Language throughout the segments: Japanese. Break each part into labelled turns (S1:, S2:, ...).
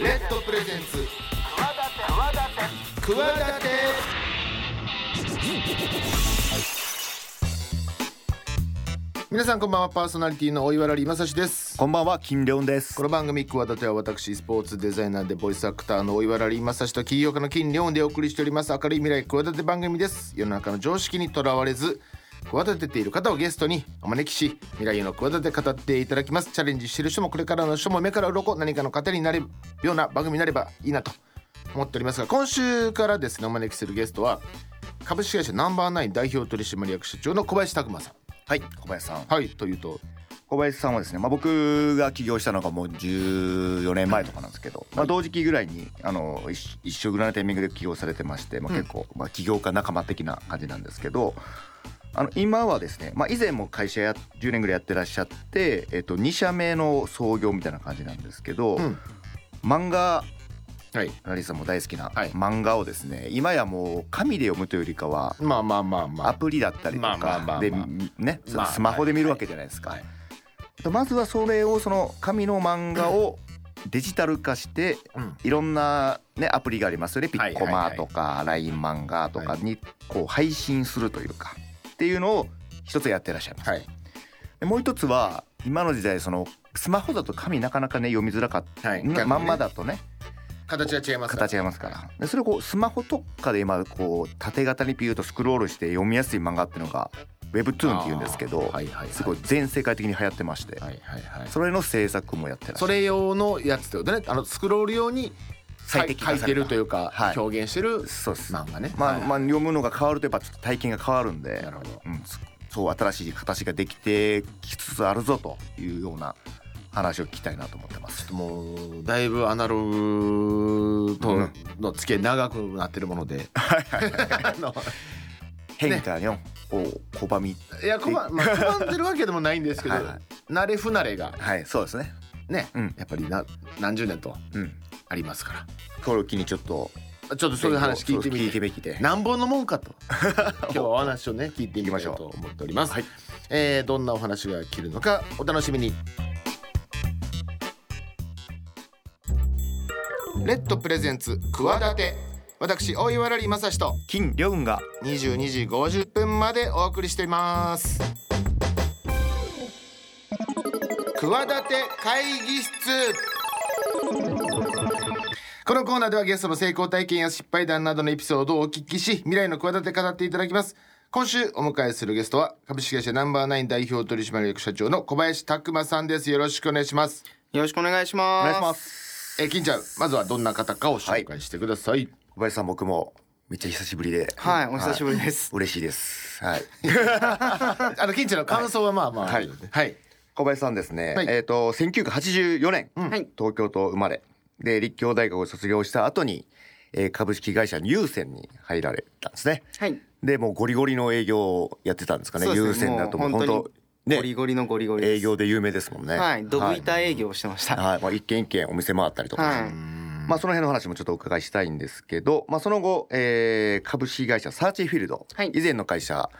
S1: レッドプレゼンツ企て皆さんこんばんはパーソナリティの大岩良理正史です
S2: こんばんは、金良です
S1: こ。の番組「企て」は私スポーツデザイナーでボイスアクターの大岩良理正史と企業家の金良でお送りしております明るい未来企て番組です世の中の常識にとらわれず企てている方をゲストにお招きし未来への企て語っていただきますチャレンジしてる人もこれからの人も目から鱗何かの糧になれるような番組になればいいなと思っておりますが今週からですねお招きするゲストは株式会社ナンバーナイン代表取締役社長の小林拓馬さん
S2: はい、小林さん。
S1: はいというと
S2: 小林さんはですね、まあ、僕が起業したのがもう14年前とかなんですけど、まあ、同時期ぐらいにあの一一緒ぐらいのタイミングで起業されてまして、まあ、結構、まあ、起業家仲間的な感じなんですけどあの今はですね、まあ、以前も会社や10年ぐらいやってらっしゃって、えっと、2社目の創業みたいな感じなんですけど、
S1: うん
S2: 漫画
S1: はい
S2: ラリーさんも大好きな
S1: はい
S2: 漫画をですね、今やもう紙で読むというよりかは
S1: まあまあまあま
S2: ア
S1: あ
S2: プリだったりと
S1: まあまあまあま
S2: か
S1: あ
S2: でね
S1: まあ
S2: スマホで見るわけじゃないですか。
S1: はい
S2: とまずはそれをその紙の漫画をデジタル化して
S1: うん
S2: いろんな、ね、アプリがありますよねピ
S1: はい
S2: ッコマとか LINE 漫画とかにこう配信するというかっていうのを一つやってらっしゃいます。
S1: はい
S2: でもう一つは今の時代そのスマホだと紙なかなかね読みづらかった、
S1: はい
S2: なまんまだとね
S1: 形が違います
S2: 形が違いますからでそれをこうスマホとかで今こう縦型にピューとスクロールして読みやすい漫画っていうのが Webtoon っていうんですけど、
S1: あーはいはいはい
S2: すごい全世界的に流行ってまして、
S1: はいはいはい
S2: それの制作もやってらっしゃ
S1: そ
S2: る
S1: れ用のやつってことねあのスクロール用に
S2: 最適化さ
S1: 書
S2: れ
S1: いて
S2: た
S1: るというか、
S2: はい
S1: 表現してる
S2: そうです、
S1: 漫画ね
S2: まあ
S1: はい
S2: まあ、読むのが変わるとやっぱちょっと体験が変わるんで
S1: なるほど
S2: うん、そそう新しい形ができてきつつあるぞというような話を聞きたいなと思ってます。
S1: もうだいぶアナログと
S2: うん
S1: の付き合い長くなってるもので、 あの
S2: 変化にを拒み、
S1: いや困,、まあ、困ってるわけでもないんですけど
S2: はいはい
S1: 慣れ不慣れが
S2: はいそうですね、
S1: ね、
S2: うん
S1: やっぱりな何十年と
S2: うん、
S1: ありますか
S2: これを機にちょっと
S1: らちょっとそういう話聞いてみ
S2: そう聞い
S1: て
S2: てべきで
S1: なんぼのもんかと 今日はお話をね聞いてみましょうと思っております、
S2: はい
S1: えーどんなお話が聞けるのかお楽しみにレッドプレゼンツ企て私大岩良理正史と
S2: 金良雲が
S1: 22時50分までお送りしています企て会議室このコーナーではゲストの成功体験や失敗談などのエピソードをお聞きし未来の企て語っていただきます今週お迎えするゲストは株式会社ナンバーナイン代表取締役社長の小林拓馬さんですよろしくお願いします
S3: よろしくお願いします。
S2: お願いします
S1: えー金ちゃんまずはどんな方かを紹介してください、
S2: 小林さん僕もめっちゃ久しぶりでは
S3: はい、お久しぶりです。
S2: 嬉しいです はい
S1: あの金ちゃんの感想はまあまあ
S2: はい
S1: はい、
S2: 小林さんですね、
S1: はい
S2: えっ、と1984年、
S3: はい
S2: 東京都生まれで立教大学を卒業した後に、えー株式会社優先に入られたんですね
S3: はい。
S2: でもうゴリゴリの営業をやってたんですかね
S3: そうです
S2: 優先だともう
S3: もう
S2: 本
S3: 本
S2: 当
S3: 当にゴリ
S2: ね
S3: ゴリのゴリゴリです。
S2: 営業で有名ですもんね
S3: はい、ドブ板営業をしてました。は
S2: はいまあ、一軒一軒お店回ったりとか、
S3: はい
S2: まあ、その辺の話もちょっとお伺いしたいんですけど、まあ、その後、えー株式会社サーチフィールド、
S3: はい
S2: 以前の会社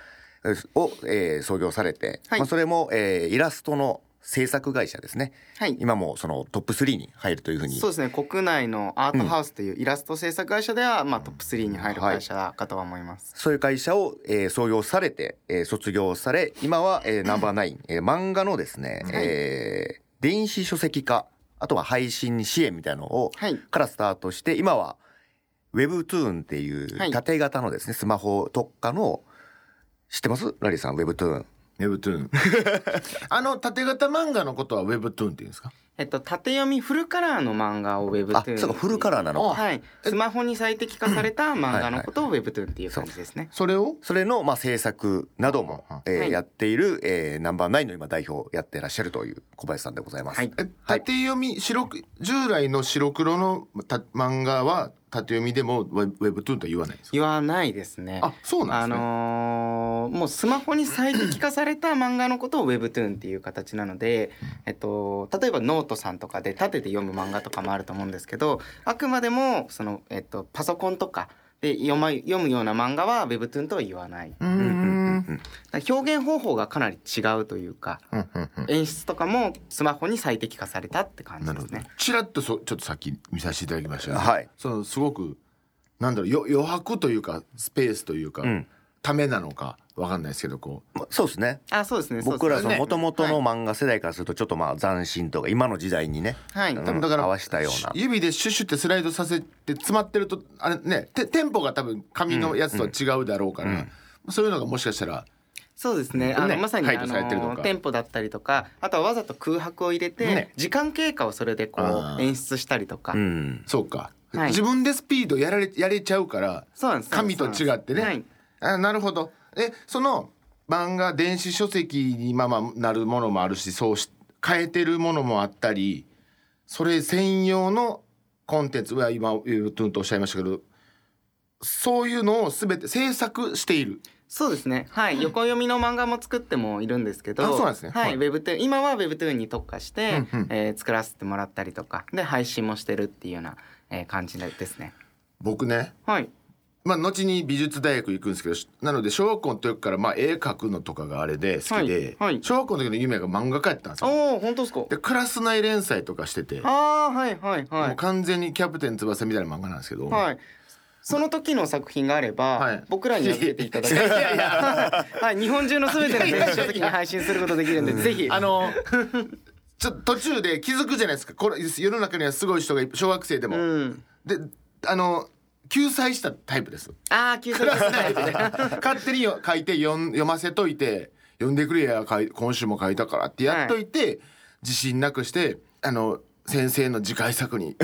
S2: えーを、えー創業されて、
S3: はい
S2: まあ、それも、えーイラストの制作会社ですね、
S3: い。
S2: 今もそのトップ3に入るというふうに
S3: そうですね、国内のアートハウスというイラスト制作会社では、まあトップ3に入る会社だかとは思います。
S2: そういう会社を、えー創業されて、えー卒業され今は、えーナンバーナイン、えー漫画のですね、
S3: はい
S2: えー電子書籍化あとは配信支援みたいなのを、
S3: はい。
S2: からスタートして今は Webtoon ってい
S3: は
S2: う
S3: い
S2: 縦型のですねスマホ特化の知ってますラリーさん Webtoon
S1: ウェブトゥーンあの縦型漫画のことはウェブトゥーンって言うんですか
S3: えっと縦読みフルカラーの漫画をウェブト
S2: あ
S3: ゥーン。
S2: そうかフルカラーなのか
S3: はい。スマホに最適化された漫画のことをウェブトゥーンっていう
S2: そう
S3: 感じですね。
S1: それを
S2: それのまあ制作なども
S1: はい
S2: えー
S3: はい
S2: やっているえーナンバーナインの今代表やってらっしゃるという小林さんでございます
S3: はい。
S1: え
S2: はい
S1: 縦読み、白く従来の白黒のた漫画は縦読みでもウェウェブトゥーンとは言わないんですか
S3: 言わないですね。
S1: あそうな
S3: あ
S1: んですね、
S3: のーもうスマホに最適化された漫画のことを Webtoon っていう形なので、えっと、例えばノートさんとかで立てて読む漫画とかもあると思うんですけどあくまでもその、えっと、パソコンとかで読ま読むような漫画は Webtoon とは言わない。
S1: うーん
S2: うんうんう
S1: うん
S3: だから表現方法がかなり違うというか
S1: うんうんうん
S3: 演出とかもスマホに最適化されたって感じ
S1: な
S3: で
S1: るほ
S3: す
S1: ど
S3: ね。
S1: ちらっとそちょっとさっき見させていただきました
S2: はい
S1: そのすごくなんだろうよ余白というかスペースというか、
S2: うん
S1: ためなのかわかんないですけどこ
S2: まあそうですね
S3: あそうですね
S2: 僕ら
S3: そう
S2: そ
S3: です
S2: の
S3: ね
S2: 元々の漫画世代からするとちょっとまあ斬新とか今の時代にね、
S3: はい、
S2: うん
S1: 多分だから
S2: 合わせたよう
S1: う
S2: な
S1: 指でシュッシュってスライドさせて詰まってるとあれねてテンポが多分紙のやつとは違うだろうから、そういうのがもしかしたら
S3: そうですね。あの
S1: ね
S3: まさに
S1: 解
S3: あ
S1: 除されてるとか
S3: の店舗だったりとか、あとはわざと空白を入れて
S1: ね
S3: 時間経過をそれでこ
S1: あ
S3: う
S1: ー
S3: 演出したりとか
S2: う、ん
S1: そうか、
S3: はい
S1: 自分でスピードやられやれちゃうから
S3: そうなんです。
S1: 紙と違ってね
S3: はい
S1: あなるほどえその漫画電子書籍にまあまあなるものもあるしそうし変えてるものもあったりそれ専用のコンテンツは今うトゥンとおっしゃいましたけどそういうのを全て制作している
S3: そうですね。はい、横読みの漫画も作ってもいるんですけど、
S1: あそうなんですね
S3: は
S1: はい
S3: い、ウェブトゥーン今はウェブトゥーンに特化して、
S1: うんうん
S3: えー作らせてもらったりとか、で配信もしてるっていうような、えー感じですね。
S1: 僕ね
S3: はい。
S1: まあ、後に美術大学行くんですけどしなので小学校の時からまあ絵描くのとかがあれで好きで、
S3: はいはい
S1: 小学校の時の夢が漫画家やったんですよ。
S3: おお、本当ですか。
S1: でクラス内連載とかしてて、
S3: ああ、はいはいは
S1: もう
S3: い。
S1: 完全に「キャプテン翼」みたいな漫画なんですけど、
S3: はい。その時の作品があれば、
S1: はい
S3: 僕らに預けていただきたい はい、日本中のすべての電子書籍に配信することできるんで、ぜひ。
S1: あ のちょっと途中で気づくじゃないですかこれ世の中にはすごい人がいっ小学生でも。
S3: うん。
S1: であの救済したタイプです。
S3: ああ、救済ですね。
S1: 勝手によ書いて読ん読ませといて読んでくれやかい今週も書いたからってやっといて、自信なくしてあの先生の次回作に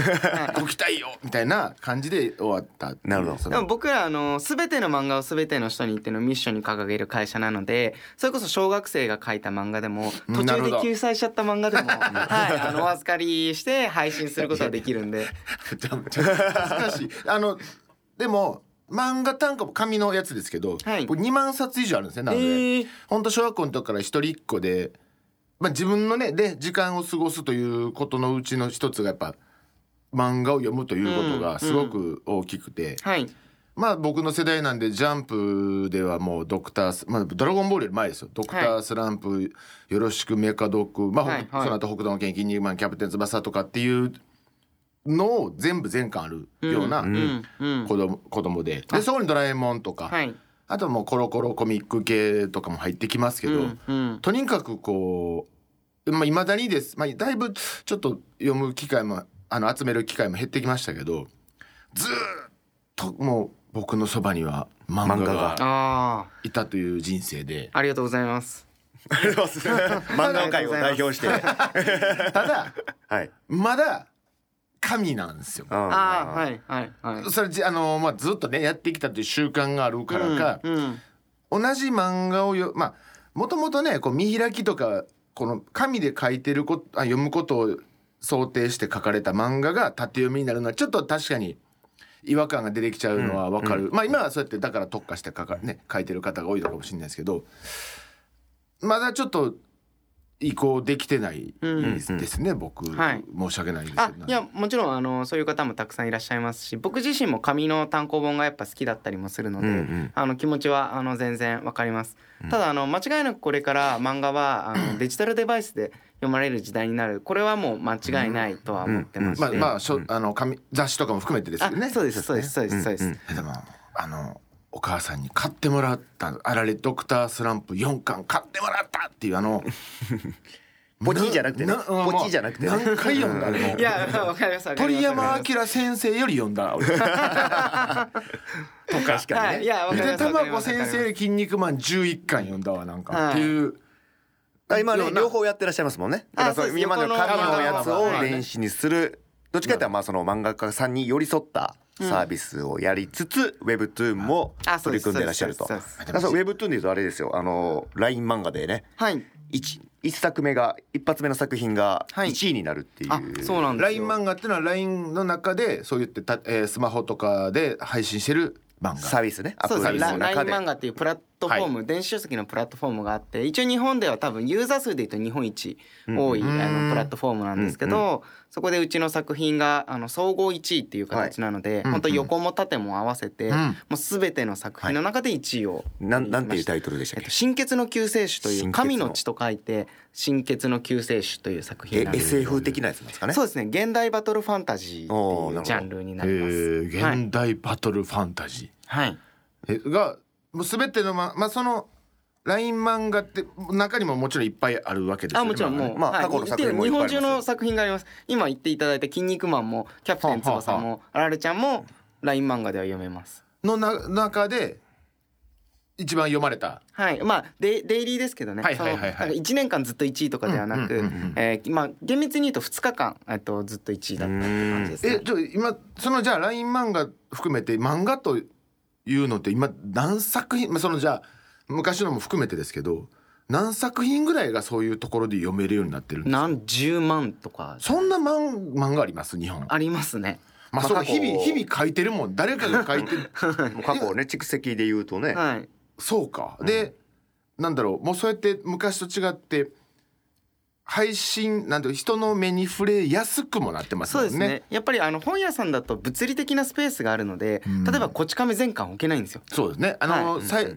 S1: ご期待よみたいな感じで終わった
S2: なるほど
S1: そ
S3: でも
S1: の
S3: 僕らあの全ての漫画を全ての人にっていうのをミッションに掲げる会社なのでそれこそ小学生が書いた漫画でも
S1: うん
S3: 途
S1: なるほ
S3: 中で
S1: ど
S3: 救済しちゃった漫画でも、はい、あのお預かりして配信することはできるんで
S1: ちょちょ恥ずかしいあのでも漫画単価も紙のやつですけど、
S3: はい
S1: これ2万冊以上あるんですねなので、
S3: えー
S1: 本当小学校の時から一人っ子で、まあ、自分のねで時間を過ごすということのうちの一つがやっぱ漫画を読むということ
S3: うん
S1: がすごく大きくて、
S3: はい
S1: まあ僕の世代なんでジャンプではもうドクタース、まあドラゴンボールより前ですよ。ドクタースランプ、よろしくメカドッグ、まあ、
S3: はいは
S1: そ
S3: い
S1: の後北斗の拳キン肉マンキャプテン翼とかっていうのを全部全巻あるような
S3: う
S1: 子
S3: んうん
S1: 供,、子供で、でそこにドラえもんとか、
S3: はい
S1: あともうコロコロコミック系とかも入ってきますけ
S3: う
S1: ど、
S3: んうん
S1: とにかくこうまあ、未だにです、まあ、だいぶちょっと読む機会もあの集める機会も減ってきましたけどずーっともう僕のそばには漫
S2: 漫
S1: 画
S2: 画が
S1: が
S3: あ
S1: いたという人生で
S3: あありがとうございます
S2: 漫画界を代表しては
S1: ただ
S2: い
S1: まだ神なんですよ。
S3: あ
S2: あ
S3: あはいはいはい
S1: それじあの、まあ、ずっとねやってきたという習慣があるからか、
S3: うんうん
S1: 同じ漫画をよまあもともとねこう見開きとかこの紙で書いてることあ読むことを想定して書かれた漫画が縦読みになるのはちょっと確かに違和感が出てきちゃうのはわかる、まあ今はそうやってだから特化して書か、ね、書いてる方が多いのかもしれないですけどまだちょっと移行できてないですですね、僕、
S3: はい
S1: 申し訳ないですけ
S3: あ
S1: ど
S3: いやもちろんあのそういう方もたくさんいらっしゃいますし僕自身も紙の単行本がやっぱ好きだったりもするので、
S2: うんうん
S3: あの気持ちはあの全然わかります、ただあの間違いなくこれから漫画はあのデジタルデバイスで読まれる時代になるこれはもう間違いないとは思ってまして、
S1: まあまあしょ、あの紙雑誌とかも含めてですよね
S3: あそうですそうですそうですそうです、
S2: うんうん
S1: えでもあのお母さんに買ってもらったあられドクタースランプ4巻買ってもらったっていうあ の
S2: ポチじゃなくてね
S1: うんもう
S2: ポチじゃなくてね
S1: 何回読んだあれも
S3: いやわかりますわかりま
S1: 鳥
S3: す
S1: 山明先生より読んだ俺
S2: とか確か
S3: は
S2: に
S3: い
S2: ね
S3: いやわかり
S1: で
S3: ますわかり
S1: 玉
S3: ま
S1: 子
S3: すわ
S1: 先生よ
S3: かります
S1: り「筋肉マン」11巻読んだわなん
S3: はい
S1: かっていう、
S2: あ今
S1: よ
S2: ね
S1: うな
S2: 両方やってらっしゃいますもんね。
S3: あ
S2: だからそ
S3: そうで
S2: う
S3: す
S2: 今までの紙のやつ
S3: 横の
S2: を
S3: はい
S2: 電子にする。どっちかというとまあその漫画家さんに寄り添ったサービスをやりつつ、ウェブトゥーンも
S3: あ
S2: 取
S3: そうで
S2: り
S3: す
S2: 組んでらっしゃると。
S3: そう
S2: だ
S3: ですそう
S2: からそうウェブトゥーンで言うとあれですよ。あのライン漫画でね、
S3: はい
S2: 一一作目が一発目の作品が
S3: はい
S2: 一位になるっていう。
S3: あそうなんです
S1: LINE
S3: よ
S1: 漫画っていうのは LINE の中でそう言ってた、えースマホとかで配信してる漫画
S2: サービスね。アプ
S3: そうです
S2: リ
S3: ね
S2: の
S3: ラライン
S2: 中で。
S3: 漫画っていうプラットフォーム、電子書籍のプラットフォームがあって一応日本では多分ユーザー数で言うと日本一多い、
S1: うん
S3: あ
S1: うん
S3: のプラットフォームなんですけど、そこでうちの作品があの総合1位っていう形なので、
S1: うん
S3: 本当横も縦も合わせて、もう全ての作品の中で1位を、
S4: なんなんていうタイトルでし
S3: え
S4: た
S3: っ
S4: っ
S3: と、神血の救世主とい
S4: 神血
S3: う
S4: の
S3: 神の血と書いて神血の救世主という作
S4: け
S3: 品
S4: え
S3: なんです。
S4: SF 的なやつなんですかね
S3: そうですね現代バトルファンタジー
S4: お
S3: っ
S4: ー
S3: て
S4: なるほ
S3: い
S4: ど
S3: うジャンルに
S1: え
S3: なります。
S1: ー、
S3: はい
S1: 現代バトルファンタジ
S3: はい
S1: ー、えがもう全てのままあそのライン漫画って中にももちろんいっぱいあるわけですよ
S3: あ
S1: ね
S3: もちろんもう、
S2: まあ
S3: はい
S2: 過去の作品もいっぱいあります
S3: 日本中の作品があります今言っていただいた「筋肉マン」も「キャプテン翼」
S1: はあ
S3: も「あられちゃん」も LINE 漫画では読めます
S1: のな中で一番読まれた
S3: はいまあデイデイリーですけどね
S1: はいはいはいはい
S3: そのなんか1年間ずっと1位とかではなく、
S1: うんうんうんうん
S3: えーまあ厳密に言うと2日間、えっと、ずっと1位だったっていう感じです、ね、
S1: えちょ今そのじゃあ LINE 漫画含めて漫画というのって今何作品、まあ、そのじゃあ昔のも含めてですけど何作品ぐらいがそういうところで読めるようになってるんですか
S3: 何十万とか
S1: そんな漫漫画あります日本
S3: ありますね
S1: まあそうか
S2: 過去
S1: 日々日々書いてるもん誰かが書いてる
S2: もう過去をね蓄積で言うとね、
S3: はい
S1: そうかで、なんだろうもうそうやって昔と違って配信なんていうの人の目に触れやすくもなってます
S3: そう
S1: もん
S3: ですねやっぱりあの本屋さんだと物理的なスペースがあるので、
S1: うん
S3: 例えばこち亀全巻置けないんですよ
S1: そうですね。あの、さい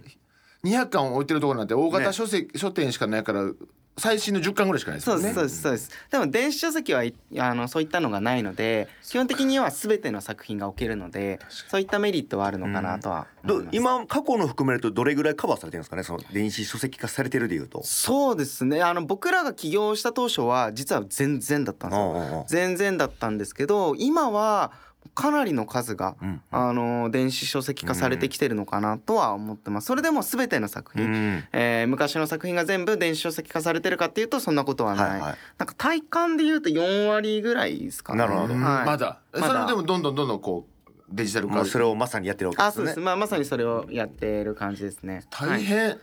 S1: 200巻置いてるところなんて大型書籍、書店しかないから最新の10巻ぐらいしかないです
S3: そ
S1: も
S3: うんで
S1: ね。
S3: す、そうですそうですでも電子書籍はいあのそういったのがないので基本的には全ての作品が置けるのでそういったメリットはあるのかなとは思
S2: ど
S3: います、
S2: 今過去の含めるとどれぐらいカバーされてるんですかねその電子書籍化されてるでいうと。
S3: そうですねあの僕らが起業した当初は実は全然だったんですよ
S2: あ
S3: 全然だったんですけど今はかなりの数が、
S2: うん
S3: あの電子書籍化されてきてるのかなとは思ってますそれでも全ての作品、
S2: ん
S3: えー昔の作品が全部電子書籍化されてるかっていうとそんなことはない、
S2: はいはい
S3: なんか体感で言うと4割ぐらいですかね
S2: なるほど
S1: うん
S3: はい
S1: まだ。
S3: まだ
S1: それでもどんどんどんどんこうデジタル
S2: ま
S1: 化
S2: あ、。それをまさにやってるわけで
S3: あ
S2: す
S3: そう
S2: よね。
S3: です、まあ、まさにそれをやってる感じですね
S1: 大、変、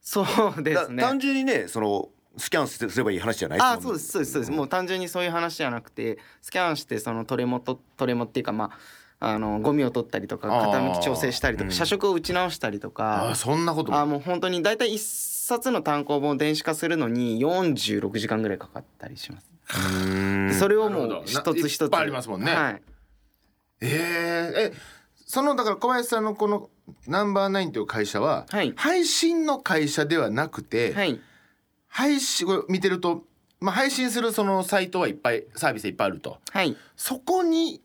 S3: そうです
S2: だ
S3: ね
S2: 単純にねそのスキャンすればいい話じゃない
S3: あそうですそうですそうです、も
S2: う
S3: う単純にそういう話じゃなくてスキャンしてそのトレモとトレモっていうかまああのゴミを取ったりとか
S1: あー
S3: 傾き調整したりとか社食を打ち直したりと
S1: あ
S3: か
S1: あそんなことも
S3: あもう本当に大体一冊の単行本を電子化するのに46時間ぐらいかかったりしますでそれをも
S1: なる
S3: う
S1: ほどな
S3: 一つ一つ
S1: いっぱいありますもんね
S3: はい、
S1: えーえそのだから小林さんのこのナンバーナインという会社は、
S3: はい
S1: 配信の会社ではなくて、
S3: はい、
S1: 配信これ見てると、まあ、配信するそのサイトはいっぱいサービスいっぱいあると
S3: はい、
S1: そこに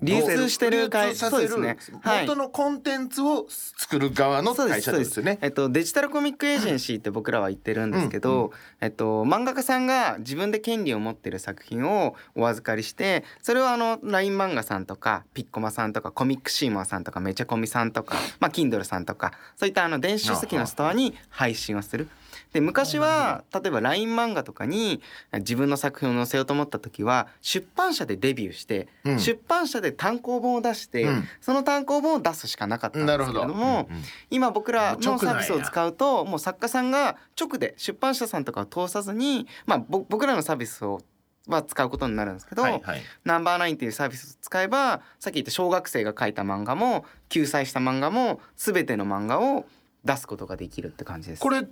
S3: 流通してる会
S1: 流通さ
S3: 社
S1: せ
S3: そう
S1: る
S3: ですねはい
S1: 元のコンテンツを作る側の
S3: そうで
S1: 会
S3: す
S1: 社
S3: そう
S1: で
S3: です
S1: よね。
S3: えっと、デジタルコミックエージェンシーって僕らは言ってるんですけど、えっと、漫画家さんが自分で権利を持ってる作品をお預かりしてそれをあの LINE 漫画さんとかピッコマさんとかコミックシーマーさんとかめちゃコミさんとか、まあ、Kindle さんとかそういったあの電子書籍のストアに配信をする。で昔は例えば LINE 漫画とかに自分の作品を載せようと思った時は出版社でデビューして、
S1: うん
S3: 出版社で単行本を出して、
S1: うん
S3: その単行本を出すしかなかったんですけれど
S1: なる
S3: も今僕らのサービスを使うともう作家さんが直で出版社さんとかを通さずに、まあ、ぼ僕らのサービスをは使うことになるんですけど、
S1: はいはい
S3: ナンバーナインっていうサービスを使えばさっき言った小学生が書いた漫画も救済した漫画も全ての漫画を出すことができるって感じです。
S1: これ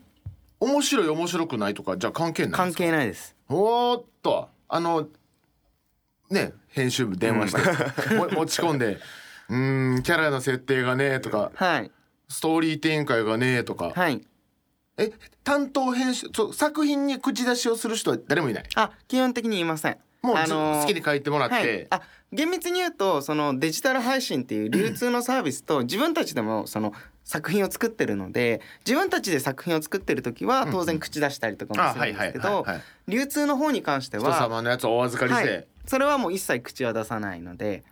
S1: 面白い面白くないとかじゃあ関係ないんで
S3: 関
S1: すか
S3: 係ないです。
S1: おーっとあのね編集部電話して、も 持ち込んで「うーんキャラの設定がね」とか
S3: はい
S1: 「ストーリー展開がね」とか、
S3: はい。
S1: え担当編集そう作品に口出しをする人は誰もいない
S3: あ基本的に言いません。
S1: もう、
S3: あのー
S1: 好きに書いてもらって、
S3: はい、あ厳密に言うとそのデジタル配信っていう流通のサービスと自分たちでもその作品を作ってるので自分たちで作品を作ってる時は当然口出したりとかもするんですけど
S1: はい
S3: 流通の方に関して
S1: 人
S3: は、
S1: 様のやつをお預かり
S3: は
S1: して、
S3: い、それはもう一切口は出さないので。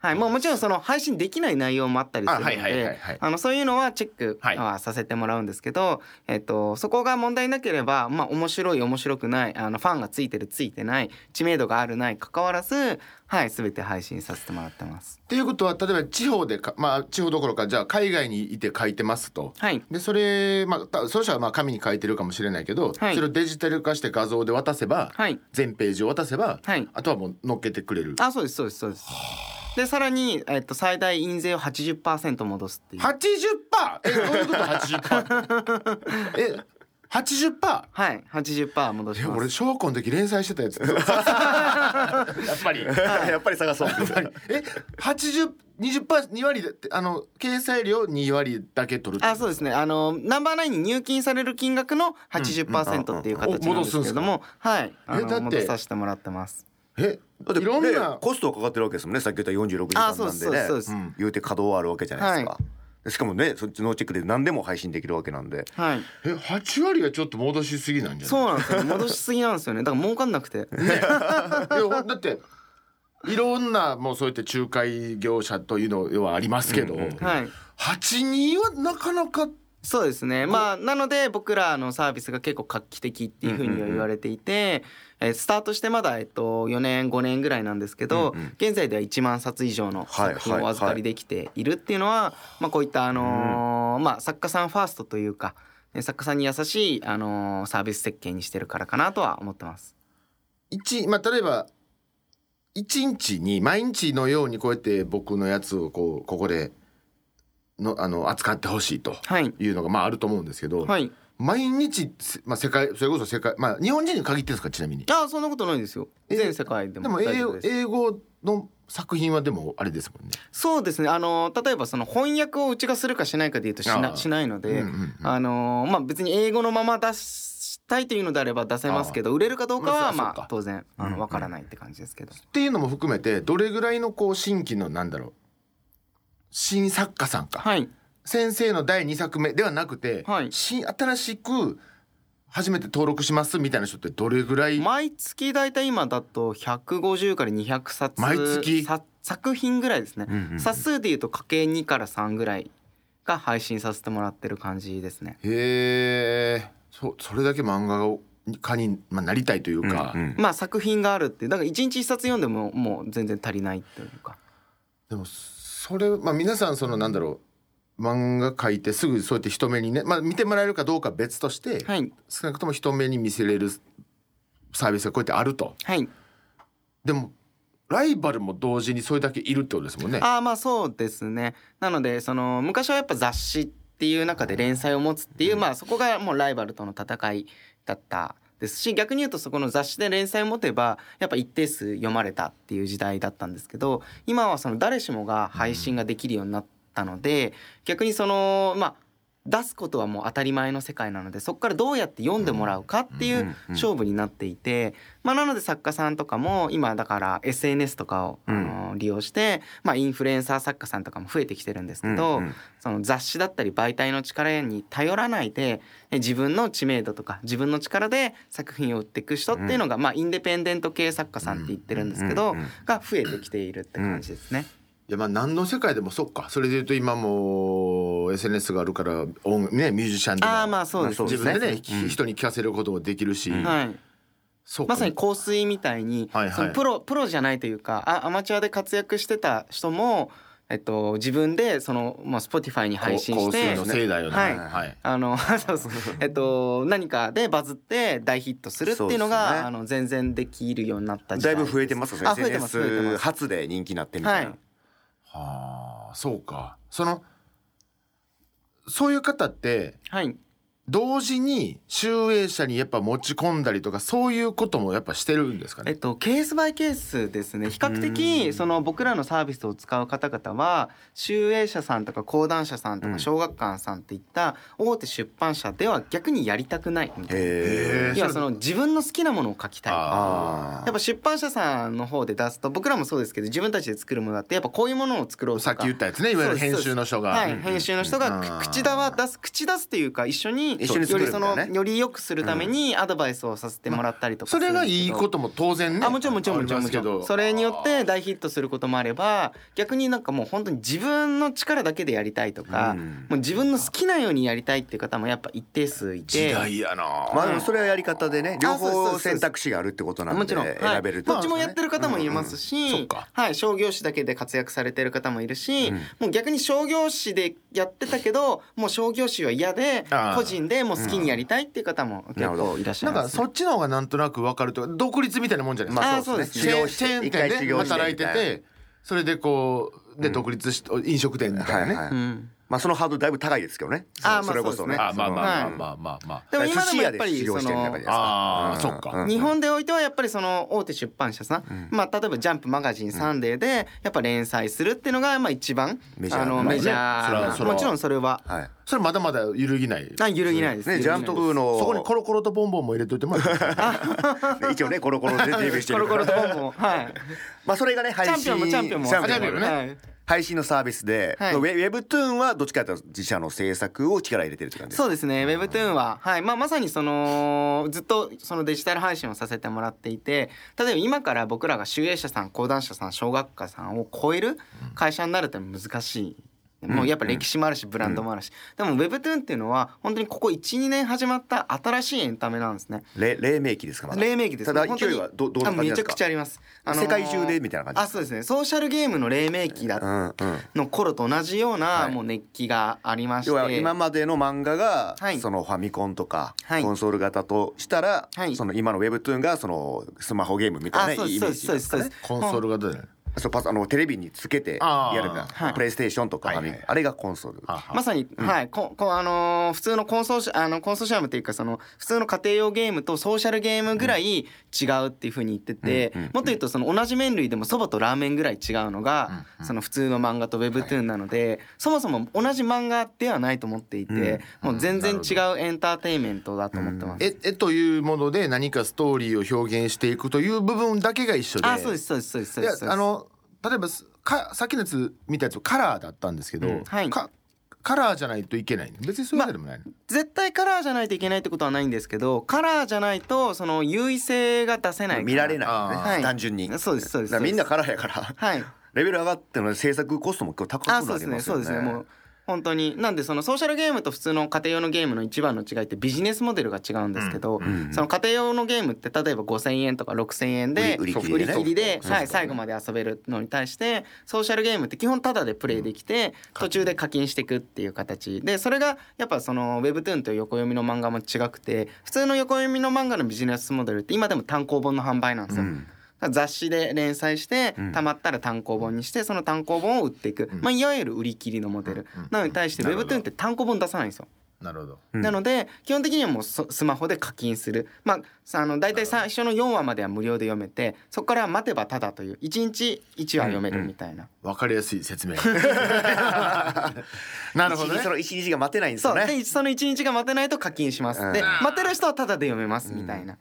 S3: はい、もうもちろんその配信できない内容もあったりするの
S1: あはいはいはい
S3: で
S1: はい
S3: あのそういうのはチェック
S1: はい
S3: はさせてもらうんですけど、えっと、そこが問題なければ、まあ、面白い面白くないあのファンがついてるついてない知名度があるない関わらず、はい、全て配信させてもらってます。
S1: っていうことは例えば地方でかまあ地方どころかじゃあ海外にいて書いてますと。
S3: はい、
S1: でそれまあたその人はまあ紙に書いてるかもしれないけど、
S3: はい
S1: それをデジタル化して画像で渡せば、
S3: はい
S1: 全ページを渡せば、
S3: はい
S1: あとはもう乗っけてくれる。
S3: あそうですそうですそうです。でさらに、えっと、最大印税を80%戻すっていう。
S1: 八十パー。え、どういうこと八十パー？ え、八十パ
S3: はい、80%戻
S1: ー？
S3: し
S1: いや、
S3: ま
S1: 俺
S3: す。
S1: 小学校の時連載してたや つ。やっぱり。
S2: やっぱり探 そう
S1: え、八十二十パー二割であの掲載料二割だけ取る。
S3: あ、そうですね。あのナンバーナインに入金される金額の80%っていう形なんですけれども、はい、あ
S1: えだって
S3: の戻させてもらってます。
S1: え、
S4: だって
S1: いろん
S4: ね
S1: な。
S4: コストがかかってるわけですもんねさっき言った46時間なんで
S3: あそうですそうで
S4: ね
S3: す
S4: うん言うて稼働はあるわけじゃないですか、でしかもねそっちのチェックで何でも配信できるわけなんで
S3: はい、
S1: え、八割はちょっと戻しすぎなんじゃない
S3: そうなんですよ。戻しすぎなんですよね。だから儲かんなくて。
S1: いやほんだっていろんなもうそうやって仲介業者というのはありますけど、
S4: うんうん
S3: はい。
S1: 八人はなかなか
S3: そうですね。まあなので僕らのサービスが結構画期的っていうふうには言われていて、えースタートしてまだえっと4年5年ぐらいなんですけど、
S4: うんうん
S3: 現在では1万冊以上の作品
S4: はいはい
S3: をお預かりできているっていうのは、まあこういったあのーまあ作家さんファーストというか。ね作家さんに優しい、あのーサービス設計にしてるからかなとは思ってます。
S1: 一まあ例えば一日に毎日のようにこうやって僕のやつをこうここでのあの扱ってほしいと
S3: はい。
S1: いうのがまああると思うんですけど、
S3: はい。
S1: 毎日、せまあ、世界それこそ世界まあ日本人に限ってですかちなみに。
S3: ああ、そんなことないですよ。
S1: え
S3: 全世界で
S1: で
S3: も
S1: も
S3: 大
S1: 英
S3: 丈夫
S1: 語
S3: です。
S1: 英語の作品はでもあれですもんね。
S3: そうですね。あのー例えばその翻訳をうちがするかしないかでいうとし
S1: あ
S3: な
S1: あ
S3: しないので、
S1: うんうんうん
S3: あのーまあ別に英語のまま出したいというのであれば出せますけど売れるかどうか
S1: まあ
S3: は
S1: そう
S3: ま
S1: そうか
S3: あ当然あ
S4: うんうん
S3: のわからないって感じですけど、
S1: っていうのも含めてどれぐらいのこう新規のなんだろう新作家さんか、
S3: はい
S1: 先生の第2作目ではなくて、
S3: はい
S1: 新新しく初めて登録しますみたいな人ってどれぐらい
S3: 毎月大体今だと150から200冊
S1: 毎月
S3: さ作品ぐらいですね、
S4: んうん
S3: 冊数でいうと家計2から3ぐらいが配信させてもらってる感じですね、
S1: へえそそれだけ漫画を家に、まあ、なりたいというか、
S4: うんうん
S3: まあ作品があるっていうだから1日1冊読んでももう全然足りないというか
S1: でもそれ、まあ、皆さんそのなんだろう漫画描いてすぐそうやって人目にね、まあ、見てもらえるかどうかは別として、
S3: はい
S1: 少なくとも人目に見せれるサービスがこうやってあると。
S3: はい
S1: でもライバルも同時にそれだけいるってことですもんね。
S3: ああまあそうですねなのでその昔はやっぱ雑誌っていう中で連載を持つっていう、まあそこがもうライバルとの戦いだったですし逆に言うとそこの雑誌で連載を持てばやっぱ一定数読まれたっていう時代だったんですけど今はその誰しもが配信ができるようになったので、逆にそのまあ出すことはもう当たり前の世界なのでそこからどうやって読んでもらうかってい
S4: うんうん
S3: う
S4: うん
S3: 勝負になっていて、まあ、なので作家さんとかも今だから SNS とかを、あの利用して、まあ、インフルエンサー作家さんとかも増えてきてるんですけど、
S4: うんうん
S3: その雑誌だったり媒体の力に頼らないでえ自分の知名度とか自分の力で作品を売っていく人っていうのが、まあ、インデペンデント系作家さんって言ってるんですけど、
S4: うんうん
S3: が増えてきているって感じですね。
S1: いやまあ何の世界でもそっかそれで言うと今もう SNS があるから音ねミュージシャンでも
S3: あーまあそうですね
S1: 自分でね、
S4: うん
S1: ひ人に聞かせることもできるし、
S3: はい
S1: そうか
S3: まさに香水みたいに、
S1: はいはい
S3: そのプロプロじゃないというかあアマチュアで活躍してた人も、えっと、自分でその、まあ、Spotify に配信し
S1: 香水
S3: て
S1: のせいだよね、
S3: はい
S1: はい
S3: あの そうそうえっと、何かでバズって大ヒットするっていうのが
S4: そうですね
S3: あの全然できるようになった時
S4: だい
S3: 代
S4: ぶ増えてます
S3: あ増えてます増えて
S4: SNS
S3: ます
S4: 初で人気になってみたいな、
S3: はい
S1: はあそうかそのそういう方って
S3: はい
S1: 同時に集英社にやっぱ持ち込んだりとかそういうこともやっぱしてるんですか
S3: え
S1: ね
S3: っと、ケースバイケースですね比較
S4: う
S3: 的
S4: ん
S3: その僕らのサービスを使う方々は集英社さんとか講談社さんと
S4: う
S3: か
S4: ん
S3: 小学館さんといった大手出版社では逆にやりたくないみたいな
S1: へ
S4: へ
S1: ー
S3: 要はその自分の好きなものを書きたい。
S1: あー
S3: や
S4: あ
S3: っぱ出版社さんの方で出すと僕らもそうですけど自分たちで作るものだってやっぱこういうものを作ろうと
S1: さっき
S3: か
S1: 言ったやつねいわゆる編集の人が、
S3: は
S1: う
S3: い、
S1: ん
S3: 編集の人
S1: う
S3: が
S1: ん
S3: く口だわ出す口出すというか一緒に
S4: 一緒に
S3: よ
S4: 作
S3: り
S4: るん
S3: そ
S4: だよ
S3: の
S4: ね
S3: より良くするためにアドバイスをさせてもらったりとか
S1: それがいいこととも当然ね
S3: あもちろんもちろんもちろんもち
S1: あり
S3: ろ
S1: ま
S3: ん
S1: すけど
S3: それによって大ヒットすることもあれば逆になんかもう本当に自分の力だけでやりたいとか、
S4: うん
S3: もう自分の好きなようにやりたいっていう方もやっぱ一定数いて
S1: 時代やな
S4: ーまあでもそれはやり方でね両
S3: あそうですそう
S4: 方
S3: です
S4: 選択肢があるってことなん
S3: も
S4: で
S3: ちろん、はい
S4: 選べる
S3: どっちもやって
S4: る
S3: る方もいますし、
S1: そっか
S3: はい、商業誌だけで活躍されてる方もいるし、
S4: うん
S3: もう逆に商業誌でやってたけどもう商業誌は嫌で
S1: あー
S3: 個人でもう好きにやりたいっていう方も結
S4: なるほ
S3: 構いらっしゃ
S1: ないん
S3: ま
S1: か
S3: す、
S1: そっちの方がなんとなく分かるとか独立みたいなもんじゃないですか、
S3: まあそうですね
S1: チェーンチェーン店で働いててそれでこうで独立し、飲食店みたいなね、
S5: はい
S3: うん
S2: まあそのハードルだいぶ高いですけどね。
S3: あーまあ
S2: それこそね。
S3: そう
S2: あ
S1: あ
S3: です
S1: まあ
S2: の
S1: まあ
S3: は
S1: ま
S3: い
S1: あまあまあ、
S3: でも今でもやっぱ
S2: 寿司屋で修
S3: りそ
S2: 行してる中
S3: の
S2: で
S1: ああー、
S2: う
S1: そ
S2: ん
S1: っか、
S2: うん
S3: 日本でおいてはやっぱりその大手出版社さん、まあ例えば「ジャンプ」「マガジン」「サンデー」でやっぱ連載するっていうのがまあ一番
S2: メジャー
S3: あ
S2: ま
S3: の
S2: あ
S1: ね
S3: メジャ
S1: それはそれは
S3: ーなもちろんそれは
S2: はい。
S1: それまだまだ揺るぎない、
S3: あ揺るぎないです
S2: ね、
S3: 揺
S2: ジ
S3: る
S2: ャ
S3: ぎ
S2: ン
S3: ない
S2: プの
S1: そこにコロコロとボンボンも入れといてもらって
S2: ね一応ねコロコロでデビューして
S3: コ
S2: る
S3: ロ
S2: か
S3: コ
S2: ら
S3: ロとボンボンはい
S2: まあそれがね配
S3: チャ
S2: 信
S3: ンピオンもチャンピオンも
S2: チャン
S1: あ
S2: ピオン
S1: チャンピオンも
S2: ね
S1: ね
S3: はい
S2: 配信のサービスで、
S3: はい
S2: ウェウェブトゥーンはどっちかというと自社の制作を力入れてるって感じです
S3: そうですね Webtoon は、はいまあ、まさにそのずっとそのデジタル配信をさせてもらっていて例えば今から僕らが集英社さん講談社さん小学科さんを超える会社になるってのは難しい。もうやっぱ歴史もあるしブランドもあるし、でも Webtoon っていうのは本当にここ12年始まった新しいエンタメなんですね
S2: れ黎明期ですかまだ
S3: 黎明期で
S2: た
S3: すね
S2: だ
S3: 本当
S2: 勢
S3: に
S2: いはどどうな
S3: あ
S2: 感じなん
S3: めち
S2: です
S3: ゃく
S2: か
S3: ちゃあります、ー
S2: 世界中でみたいな感じ
S3: あそうですねソーシャルゲームの黎明期だ
S2: うんうん
S3: の頃と同じような
S2: はい
S3: もう熱気がありまして、
S2: 要は今までの漫画が、
S3: はい
S2: そのファミコンとか、
S3: はい
S2: コンソール型としたら、
S3: はい
S2: その今の Webtoon がそのスマホゲームみた
S3: あ
S2: い
S3: そ
S2: な
S3: う
S2: イ
S3: で
S2: メ
S3: すそう
S2: ー
S3: ですそうで
S2: ジ
S3: すそ
S1: コ
S3: うです
S1: ンソール型だよね、
S2: そうパソあのテレビにつけて
S1: あー
S2: やるみたいな、
S3: はい
S2: プレイステーションとか、
S1: はいはい
S2: ファミあれがコンソール、
S1: あ
S3: まさに、はい、こ、こ、あのー普通のコンソーシ、あの、コンソーシアムというか、その、普通の家庭用ゲームとソーシャルゲームぐらい違うっていうふうに言ってて、
S2: うんうん
S3: もっと言うと、その、同じ麺類でも蕎麦とラーメンぐらい違うのが、その、普通の漫画と Webtoon なので、そもそも同じ漫画ではないと思っていて、もう全然違うエンターテインメントだと思ってます。
S1: 絵絵というもので何かストーリーを表現していくという部分だけが一緒で
S3: あ、そうです、そうです、そうです、そう
S1: い
S3: で
S1: や
S3: す。そうです
S1: あ、の例えばすかさっきのやつ見たやつカラーだったんですけど、
S2: うん
S3: はい
S1: かカラーじゃないといけない別にそういうわけでもないの、
S3: 絶対カラーじゃないといけないってことはないんですけど、カラーじゃないと、その、優位性が出せないから。
S2: 見られない、ね
S1: あ
S3: ーはい
S2: 単純に
S3: そうですそうです
S2: だからみんなカラーやから
S3: はい。
S2: レベル上がってるので制作コストも結構
S3: あ
S2: 高く
S3: そ
S2: な
S3: うで
S2: り
S3: すね
S2: ます
S3: そ
S2: よ
S3: う
S2: ね
S3: ですねもう本当になんでそのソーシャルゲームと普通の家庭用のゲームの一番の違いってビジネスモデルが違うんですけど、その家庭用のゲームって例えば5,000円とか6,000円で
S2: 売り売り切
S3: 売
S2: り
S3: り
S2: でね
S3: 切りで、
S2: そうそう
S3: はい、最後まで遊べるのに対してソーシャルゲームって基本タダでプレイできて途中で課金していくっていう形でそれがやっぱその Webtoon という横読みの漫画も違くて普通の横読みの漫画のビジネスモデルって今でも単行本の販売なんですよ。雑誌で連載してたまったら単行本にしてその単行本を売っていく、まあ、いわゆる売り切りのモデルなのに対して
S1: なるほど
S3: Webtoon って単行本出さないんですよ。
S1: なるほど
S2: うん
S3: なので基本的にはもうそスマホで課金するまあさあの大体最初の4話までは無料で読めてそこから待てばただという1日1話読めるみたいな、
S1: わかりやすい説明なるほど
S2: 一日そ
S1: ね
S2: の一日が待てないんです
S3: そ
S2: よ
S3: う
S2: ね
S3: でその1日が待てないと課金します、で待てる人はただで読めますみたいな、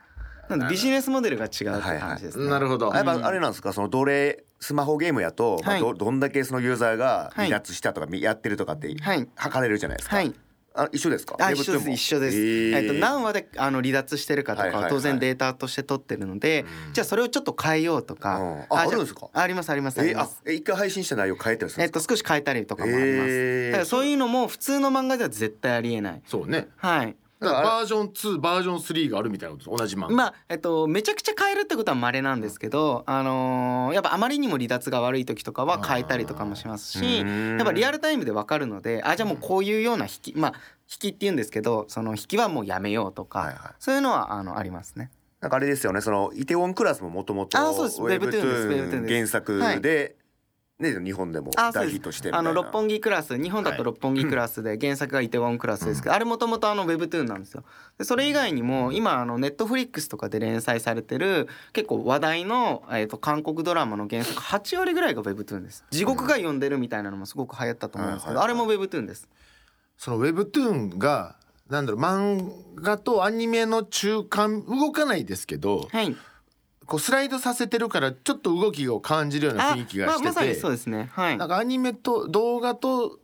S3: なのでビジネスモデルが違うって感じですね、
S1: なるほど
S2: やっぱあれなんですかその奴隷スマホゲームやと、まあ
S3: はい
S2: どどんだけそのユーザーが
S3: はい
S2: 離脱したとか、みやってるとかって
S3: はい
S2: 測れるじゃないですか、
S3: はい
S2: あ一緒ですか
S3: あ
S2: レ
S3: 一
S2: ブト
S3: 緒
S2: ゥー
S3: で
S2: ン
S3: す
S2: も
S3: 一緒です、
S2: え
S3: え
S2: ー
S3: っと何話であの離脱してるかと
S2: はい
S3: か
S2: はいは
S3: はい当然データとして取ってるので、じゃあそれをちょっと変えようとか、
S2: うんあ
S3: じゃ
S2: あるんですか
S3: ありますありますあり
S2: え
S3: ま
S2: あ
S3: す
S2: え一回配信した内容変えたりす
S3: え
S2: るん
S3: っ
S2: で
S3: と
S2: す
S3: 少し変えたりとかもあります、
S2: えー
S3: だからそういうのも普通の漫画では絶対ありえない
S1: そうね
S3: はい
S1: だからバージョン2バージョン3があるみたいなことです同じ漫画、
S3: まあえっとめちゃくちゃ変えるってことは稀なんですけど、あのーやっぱあまりにも離脱が悪い時とかは変えたりとかもしますし
S2: あー
S3: やっぱリアルタイムで分かるのであじゃあもうこういうような引きまあ引きって言うんですけどその引きはもうやめようとか、
S2: はいはい
S3: そういうのはあのありますね。
S2: なんかあれですよねそのイテウォンクラスももともと
S3: あそうですウェブトゥーンです
S2: 原作で、ね日本でも
S3: あそう
S2: 大
S3: です
S2: ヒットしてみた
S3: あ
S2: いな
S3: の六本木クラス日本だと六本木クラスで原作がイテウォンクラスですけど、あれもともとあの Webtoon なんですよでそれ以外にも今あの Netflix とかで連載されてる結構話題の、えー、と韓国ドラマの原作8割ぐらいが Webtoon です地獄が読んでるみたいなのもすごく流行ったと思うんですけど、
S2: うんは
S3: あれも Webtoon です
S1: その Webtoon がなんだろう漫画とアニメの中間動かないですけど
S3: はい
S1: こうスライドさせてるからちょっと動きを感じるような雰囲気がして
S3: ま
S1: て
S3: まさにそうですねはい
S1: なんかアニメと動画と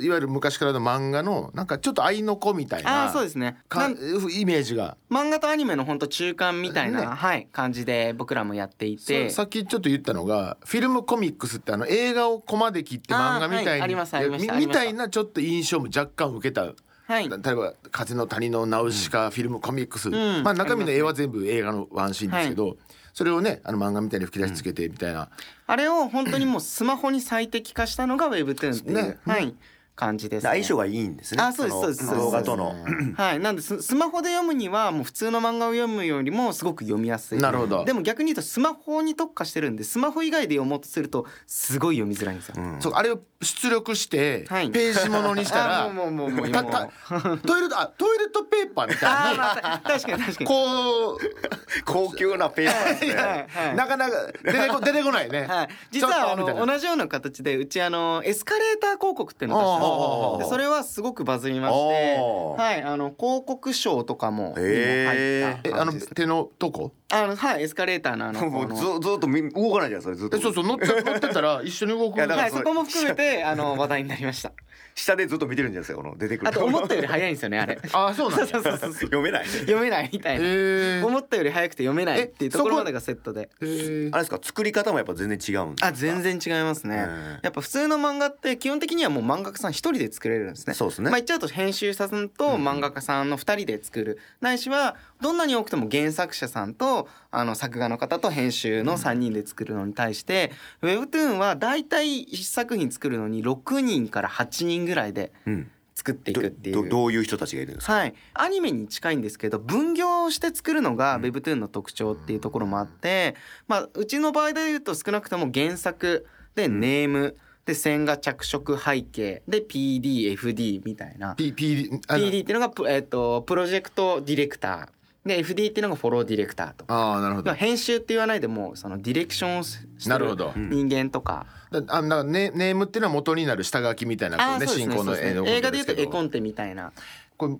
S1: いわゆる昔からの漫画のなんかちょっと合いの子みたい
S3: ああ
S1: な
S3: そうですね
S1: か
S3: なん
S1: イメージが
S3: 漫画とアニメの本当中間みたいな、
S1: ね
S3: はい、感じで僕らもやっていて
S1: ささっきちょっと言ったのがフィルムコミックスってあの映画をコマで切って漫画みた
S3: あーはい
S1: い
S3: あ
S1: に
S3: りますありました
S1: み
S3: あり
S1: み
S3: ました
S1: たいなちょっと印象も若干受けた。
S3: はい
S1: 例えば「風の谷のナウシカ」フィルムコミックス、
S3: ん
S1: まあ、中身の絵は全部映画のワンシーンですけど、それをねあの漫画みたいに吹き出しつけてみたいな、
S3: あれを本当にもうスマホに最適化したのが Webtoon っていう、
S1: ね
S3: はい、感じです、ね。
S4: 相性がいいんですね
S3: あそうです
S4: の
S3: そうですそうです
S4: 動画との
S3: はい、なんでススマホで読むにはもう普通の漫画を読むよりもすごく読みやすい
S1: なるほど
S3: でも逆に言うとスマホに特化してるんでスマホ以外で読もうとするとすごい読みづらいんですよ、
S1: そうあれを出力して
S3: はい
S1: ページものにしたら、
S3: あもうもうもうもう
S1: たたトイレットあトイレットペーパーみたいな
S3: あーまあ確かに確か に
S1: こう
S4: 高級なペーパーです
S3: は
S4: ね
S3: いはい
S1: なかなか出てこ出てこないね。
S3: はい、実
S1: ちょっと
S3: はあ
S1: みたいな
S3: の同じような形でうちあのエスカレーター広告っていうのを出したんですよでそれはすごくバズりまして、
S4: おー
S3: はい、あの広告賞とかもにも入
S4: へ
S3: っ
S1: え
S3: た
S1: あ
S3: 感
S1: の
S3: じです
S1: 手のとこ？
S3: あのはいエスカレーターのあの
S4: も
S3: こ
S4: う
S3: の
S4: ずずっとみ動かないじゃないですかずっ
S1: え
S4: と
S1: そうそう乗っちゃ 乗ってたら一緒に動く。
S4: いやだから
S3: はい、そこも含め てあの話題になり ました。
S4: 下でずっと見てるんじゃないですかこの出てくる
S3: あと思ったより早いんですよねあれ。
S1: あそうなん
S3: そう
S1: だ。
S3: そうそうそう
S4: 読めない
S3: 読めないみたいな、
S1: え
S3: 思ったより早くて読めないっていうところまでがセットで。
S1: え
S4: あれですか作り方もやっぱ全然違うんですか
S3: あ全然違いますね、
S4: うん
S3: やっぱ普通の漫画って基本的にはもう漫画家さん一人で作れるんですね
S4: そうですね
S3: まあ言っちゃうと編集者さんと漫画家さんの二人で作る、ないしはどんなに多くても原作者さんとあの作画の方と編集の3人で作るのに対して、Webtoon は大体1作品作るのに6人から8人ぐらいで
S4: うん
S3: 作っていくっていう。
S4: どどどういう人たちがいるんですか
S3: はい、アニメに近いんですけど分業して作るのが Webtoon の特徴っていうところもあって、まあ、うちの場合で言うと少なくとも原作でネームで線画着色背景で PDFD みたいな
S1: P P あの
S3: PD っていうのがプ,、えっとプロジェクトディレクターで FD っていうのがフォローディレクターとか。
S1: あーなるほど。
S3: 編集って言わないでもうそのディレクションをしして
S1: なる
S3: る
S1: ほど
S3: 人間とか
S1: だあなんかネネームっていうのは元になる下書きみたいなこ
S3: あ
S1: う
S3: ー
S1: ね
S3: そうです
S1: 進
S3: ね
S1: 行
S3: そう
S1: の
S3: ですね
S1: の
S3: 映画で言うと絵コ
S1: ン
S3: ンテみたいな
S1: これ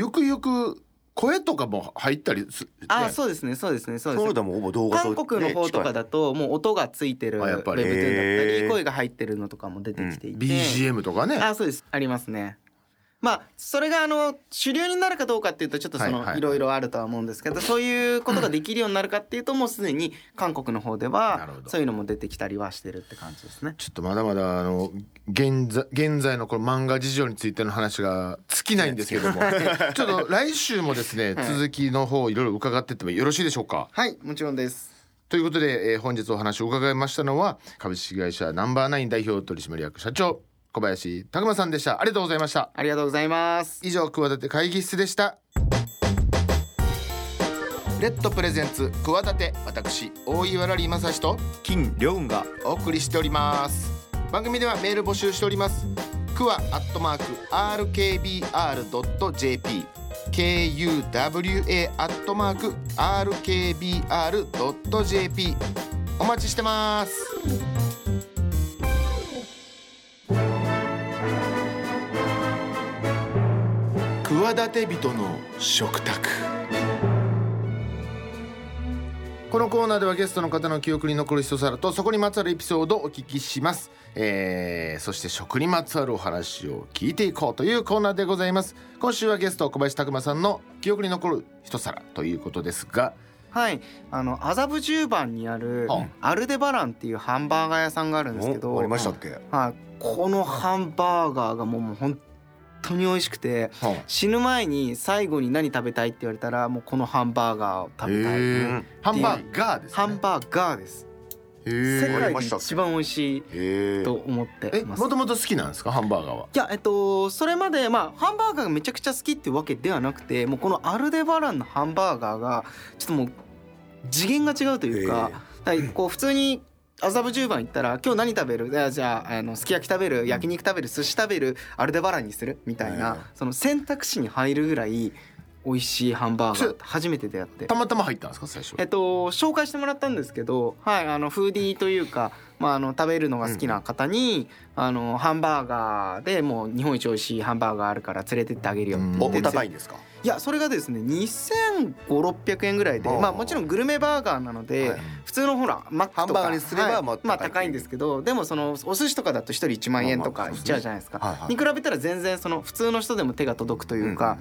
S1: よくよく声とかも入ったりす
S3: あー
S1: ね
S3: そうですねそうですねそうです
S4: そ
S3: ね
S4: うだもうほぼ動画と
S3: 韓国の方とか
S4: ね
S3: だともう音がついてるウ
S1: あや
S3: ェ
S1: っ
S3: ブト
S1: ぱ
S3: ゥ
S1: り
S3: ーンだった
S4: へ
S3: り
S4: ー
S3: 声が入ってるのとかも出てきていて、
S1: BGM とかね。
S3: あそうですありますねまあそれがあの主流になるかどうかっていうとちょっとそ
S1: はいはいは
S3: の
S1: い
S3: いろいろあるとは思うんですけどそういうことができるようになるかっていうともうすでに 韓国の方で
S1: な
S3: は
S1: るほど
S3: そういうのも出てきたりはしてるって感じですね。
S1: ちょっとまだまだあの現在現在のこの漫画事情についての話が尽きないんですけ どもちょっと来週もですね続きの方いろいろ伺ってってもよろしいでしょうか
S3: はいもちろんです。
S1: ということで、えー本日お話を伺いましたのは株式会社ナンバーナイン代表取締役社長小林拓馬さんでしたありがとうございました
S3: ありがとうございます。
S1: 以上企て会議室でしたレッドプレゼンツ企て私大岩良理正史と
S2: 金良雲が
S1: お送りしております番組ではメール募集しておりますクワアットマーク RKBR.jp KUWA アットマーク RKBR.jp お待ちしてます企て人の食卓このコーナーではゲストの方の記憶に残る一皿とそこにまつわるエピソードをお聞きします、えーそして食にまつわるお話を聞いていこうというコーナーでございます今週はゲスト小林拓馬さんの記憶に残る一皿ということですが
S3: はい、あの麻布十番にある
S1: うん
S3: アルデバランっていうハンバーガー屋さんがあるんですけど、
S4: おありましたっけ
S3: はい、このハンバーガーがもうもう本当に美味しくて死ぬ前に最後に何食べたいって言われたらもうこのハンバーガーを食べたい、
S1: へー
S4: うん
S1: ハンバーガーですね
S3: ハンバーガーです、
S1: へ
S3: 世
S1: ー
S3: 界で一番美味し
S4: へ
S3: い
S4: え
S3: と思って
S1: えも
S3: ます
S1: ともと好きなんですかハンバーガーはい
S3: やえっとそれまでまあハンバーガーがめちゃくちゃ好きってわけではなくてもうこのアルデバランのハンバーガーがちょっともう次元が違うというか,、だからこう普通に麻布十番行ったら今日何食べるいやじゃああのすき焼き食べる焼肉食べる寿司食べるアルデバランにするみたいな、その選択肢に入るぐらい美味しいハンバーガーって初めて出会って
S1: た。またま入ったんですか最初
S3: えっと、紹介してもらったんですけど、はい、あのフーディーというか、まあ、あの食べるのが好きな方に、あのハンバーガーでもう日本一美味しいハンバーガーあるから連れてってあげるよって
S1: うん
S4: お
S3: 言っ
S4: お
S3: て
S4: 高いんですか
S3: いやそれがですね2500600円ぐらいで
S4: あー
S3: まあもちろんグルメバーガーなので、
S4: はい
S3: 普通のほらマックとか
S4: ハンバーガーにすれば
S3: はい
S4: まあ
S3: まあ
S4: 高い
S3: 高いんですけどでもそのお寿司とかだと1人1万円
S4: ま
S3: と
S4: あ
S3: か
S4: ま
S3: い
S4: あ
S3: っちゃうじゃないですか、
S4: はいはい
S3: に比べたら全然その普通の人でも手が届くというか、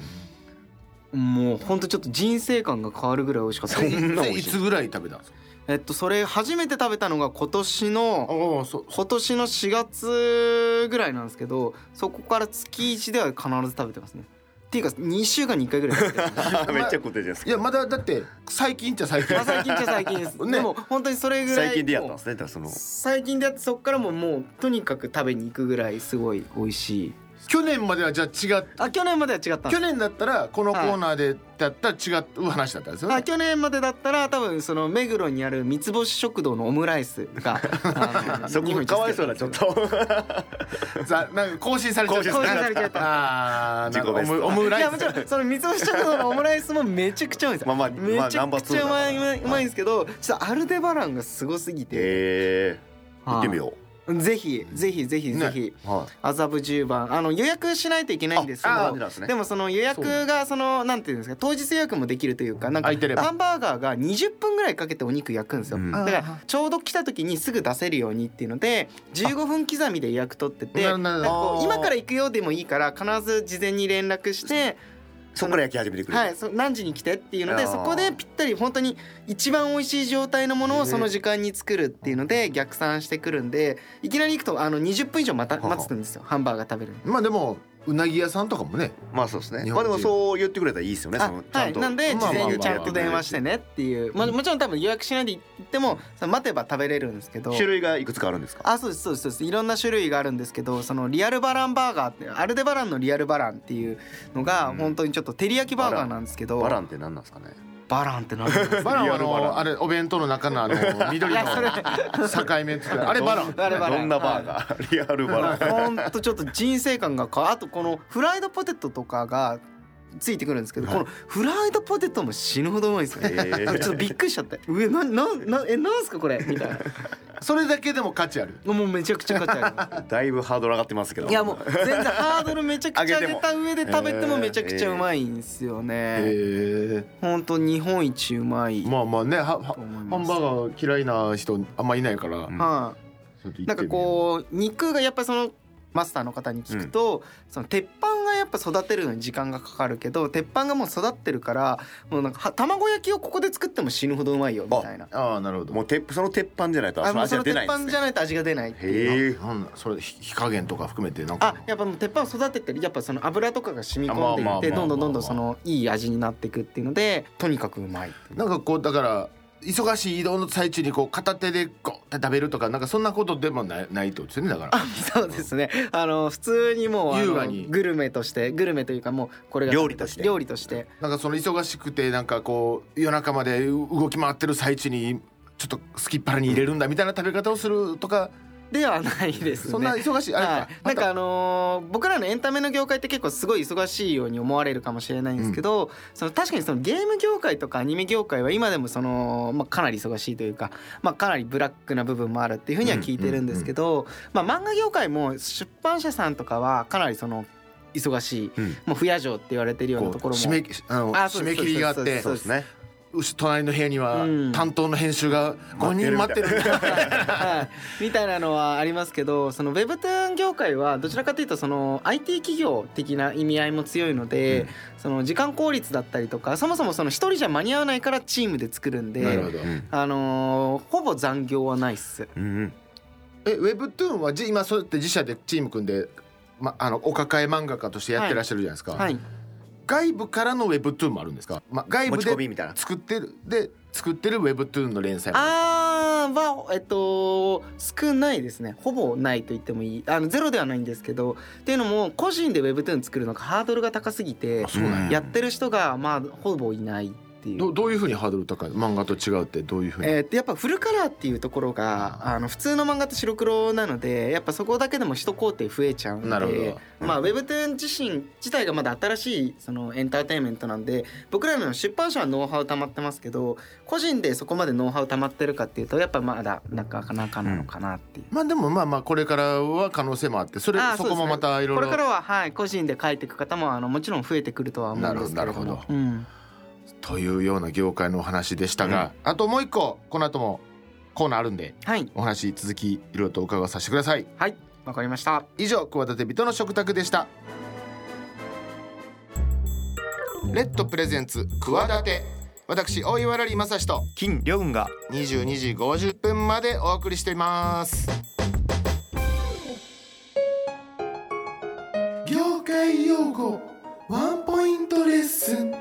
S3: もうほんとちょっと人生観が変わるぐらい美味しかったです
S1: でいつぐらい食べたんですか
S3: えっとそれ初めて食べたのが今年の
S1: ああそう
S3: 今年の4月ぐらいなんですけどそこから月1では必ず食べてますねっていうか2週間に1回ぐらい食べてます
S4: あ めっちゃ食ってるじゃないです
S1: い
S4: か
S1: やまだだって最近っちゃ最近
S3: まあ最近っちゃ最 近です、
S1: ね
S3: でも本当にそれぐらい
S4: 最近でやったんで
S3: も
S4: すねだからその
S3: う最近でやってそこからもうもうとにかく食べに行くぐらいすごい美味しい
S1: 去年まではじゃあ違っ
S3: あ去年までは違ったん
S1: 去
S3: です
S1: 年だったらこのコーナーでだったら違う話だったんですよね、
S3: あ去年までだったら多分その目黒にある三つ星食堂のオムライス があの
S4: そこかわいそうなち ょっと
S1: ざなんか更新されちゃった
S3: 更新されちゃった
S1: ああーなんかオ
S4: 自己ベス
S1: ム
S4: ト
S1: オムラ
S3: い
S1: イ
S3: やもちろんその三つ星食堂のオムライスもめちゃくちゃうまいんですよ。
S4: まあまあ
S3: め
S4: まあ
S3: ち
S4: ナ
S3: ゃ
S4: ンバー
S3: く
S4: ツー
S3: ち
S4: だ
S3: ゃう
S4: か
S3: ま
S4: ら
S3: い,、うまいんですけど、ちょっとアルデバランがすごすぎて、
S4: えー、行ってみよ
S3: はいぜひぜひぜひぜひ
S4: う、はい
S3: 麻布十番あの予約しないといけないんですけ
S4: ああーな
S3: ど
S4: んでなんですね
S3: でもその予約がそのなんていうんですか当日予約もできるというかなんか
S1: 空いてれば
S3: ハンバーガーが20分ぐらいかけてお肉焼くんですよ、
S4: うん
S3: だからちょうど来た時にすぐ出せるようにっていうので15分刻みで予約取ってて
S1: なるほどなるほど
S3: なんかこう
S1: あー
S3: 今から行くよでもいいから必ず事前に連絡して。
S4: そこから焼き始めてくれる、
S3: はい、そ何時に来てっていうので
S4: あー
S3: そこでぴったり本当に一番美味しい状態のものをその時間に作るっていうので逆算してくるんでいきなり行くとあの20分以上また
S4: はは
S3: 待つんですよハンバーガー食べるのに
S1: まあでもうなぎ屋さんとかもね
S4: まあそうです
S1: 日
S4: ねま
S1: 本
S4: あ
S1: 人
S4: でもそう言ってくれたらいいですよねそのち
S3: あは
S4: ゃ
S3: い
S4: んと、
S3: なんで
S1: ま
S3: 事
S1: あまあまあ
S3: 前にちゃんと電話してねっていう、まあ、もちろん多分予約しないで行ってもその待てば食べれるんですけど
S4: 種類がいくつかあるんですか
S3: あそうですそうですそうですいろんな種類があるんですけどそのリアルバランバーガーってアルデバランのリアルバランっていうのが本当にちょっと照り焼きバーガーなんですけど
S4: バランって何なんですかね
S3: バランって 何なんですか
S1: バラン
S4: リ
S1: はあ
S4: アルバラ
S1: の
S4: ン
S1: あれお弁当の中のあの緑
S3: い
S1: の
S3: やそれ
S1: 境目っつってあれバラン
S3: あれバラン
S4: どんなバーガー、リアルバラ ン
S3: ほんとちょっと人生観が変わあとこのフライドポテトとかがついてくるんですけど、このフライドポテトも死ぬほどうまいんですよね、
S4: えー
S3: ちょっとびっくりしちゃって「上なななえなんすかこれ」みたい
S1: それだけでも価値ある
S3: なもうめちゃくちゃ価値あります
S4: だいぶハードル上がってますけど
S3: いやもう全然ハードルめちゃくちゃ上げた上で食べても
S4: えー
S3: めちゃくちゃうまいんですよね。
S1: へ
S3: 本当日本一うまい。
S1: えまあまあねはは
S3: と思います
S1: ハンバーガー嫌いな人あんまいないから、
S4: ん
S3: は
S1: ちょっと行ってみよ
S3: いうなんかこう肉がやっぱりそのマスターの方に聞くと、その鉄板がやっぱ育てるのに時間がかかるけど鉄板がもう育ってるからもうなんかは卵焼きをここで作っても死ぬほどうまいよみたいな。
S1: ああなるほど
S4: もう鉄その鉄板じゃないと
S3: あ
S4: その
S3: もう
S4: 味
S3: そ
S4: は
S3: の
S4: 出
S3: 鉄
S4: ないんで
S3: 板じ
S4: すね
S3: ゃないと味が出ないっていう。
S4: へえ
S1: なんだそれ火火加減とか含めてなんか
S3: あやっぱもう鉄板を育ててるやっぱその油とかが染み込んで
S1: あま
S3: い
S1: あまあ
S3: って
S1: まあまあ
S3: どんどんどんどんそのいい味になっていくっていうのでとにかく うまいっていう
S1: なんかこうだから忙しい移動の最中にこう片手でこうって食べるとかなんかそんなことでもないないってことですよねだから
S3: そうですね。あの普通にもうあの
S1: 優雅に
S3: グルメとしてグルメというかもうこれが
S4: 料理として
S3: 料理として
S1: なんかその忙しくてなんかこう夜中まで動き回ってる最中にちょっとすきっ腹に入れるんだみたいな食べ方をするとか、
S3: ではないですね。
S1: そんな忙しいあれか、
S3: はい、なんかあのー僕らのエンタメの業界って結構すごい忙しいように思われるかもしれないんですけど、その確かにそのゲーム業界とかアニメ業界は今でもその、まあ、かなり忙しいというか、まあ、かなりブラックな部分もあるっていうふうには聞いてるんですけど、まあ、漫画業界も出版社さんとかはかなりその忙しい、
S4: うん
S3: もう不夜城って言われてるよう
S1: こ
S3: な
S1: う
S3: ところも
S1: 締め切あの
S3: あそう
S1: 締
S3: です
S1: め切りがあっ
S3: そうで
S1: て
S3: すそうです
S4: ね
S1: うし隣の部屋には
S3: うん
S1: 担当の編集が5人待ってるみたいな
S3: はいみたいなのはありますけどその Webtoon 業界はどちらかというとその IT 企業的な意味合いも強いので、その時間効率だったりとかそもそもその一人じゃ間に合わないからチームで作るんで。
S1: なるほど
S3: あのーほぼ残業はないっす。
S4: うんうん
S1: えウェブトゥーンはじ今そうやって自社でチーム組んで、ま、あのお抱え漫画家としてやってらっしゃるじゃないですか、
S3: はい。
S1: 外部からのウェブトゥーンもあるんですか、ま、外
S4: 持
S1: 部
S4: ち込み
S1: で
S4: みたいな
S1: 作ってるで作ってるウェブトゥーンの連載も
S3: あーはえっと少ないですね。ほぼないと言ってもいい。あのゼロではないんですけど、っていうのも個人で Webtoon 作るのがハードルが高すぎて
S1: あ、そうなんや
S3: やってる人がまあほぼいないっていう。
S1: どどういうふうにハードル高い漫画と違うってどういうふうに、
S3: えーっとやっぱフルカラーっていうところがあの普通の漫画って白黒なのでやっぱそこだけでも一工程増えちゃうんで
S1: なるほど
S3: まあ Webtoon 自身自体がまだ新しいそのエンターテインメントなんで僕らの出版社はノウハウ溜まってますけど個人でそこまでノウハウ溜まってるかっていうとやっぱまだなかなかなのかなっていう。
S1: まあでもまあまあこれからは可能性もあってそれ
S3: あー
S1: そ
S3: そうで
S1: こ
S3: すね
S1: もまたいろい
S3: これから
S1: ろ
S3: は、はい、個人で書いていく方もあのもちろん増えてくるとは思うんですけれども
S1: なるほどなるほ
S3: うん、
S1: というような業界のお話でしたが、あともう一個この後もコーナーあるんで
S3: はい
S1: お話続きいろいろと伺わさせてください
S3: はいわかりました
S1: 以上桑田テビトの食卓でしたレッドプレゼンツ企て私大岩良利正史と
S2: 金良雲が
S1: 22時50分までお送りしています業界用語ワンポイントレッスン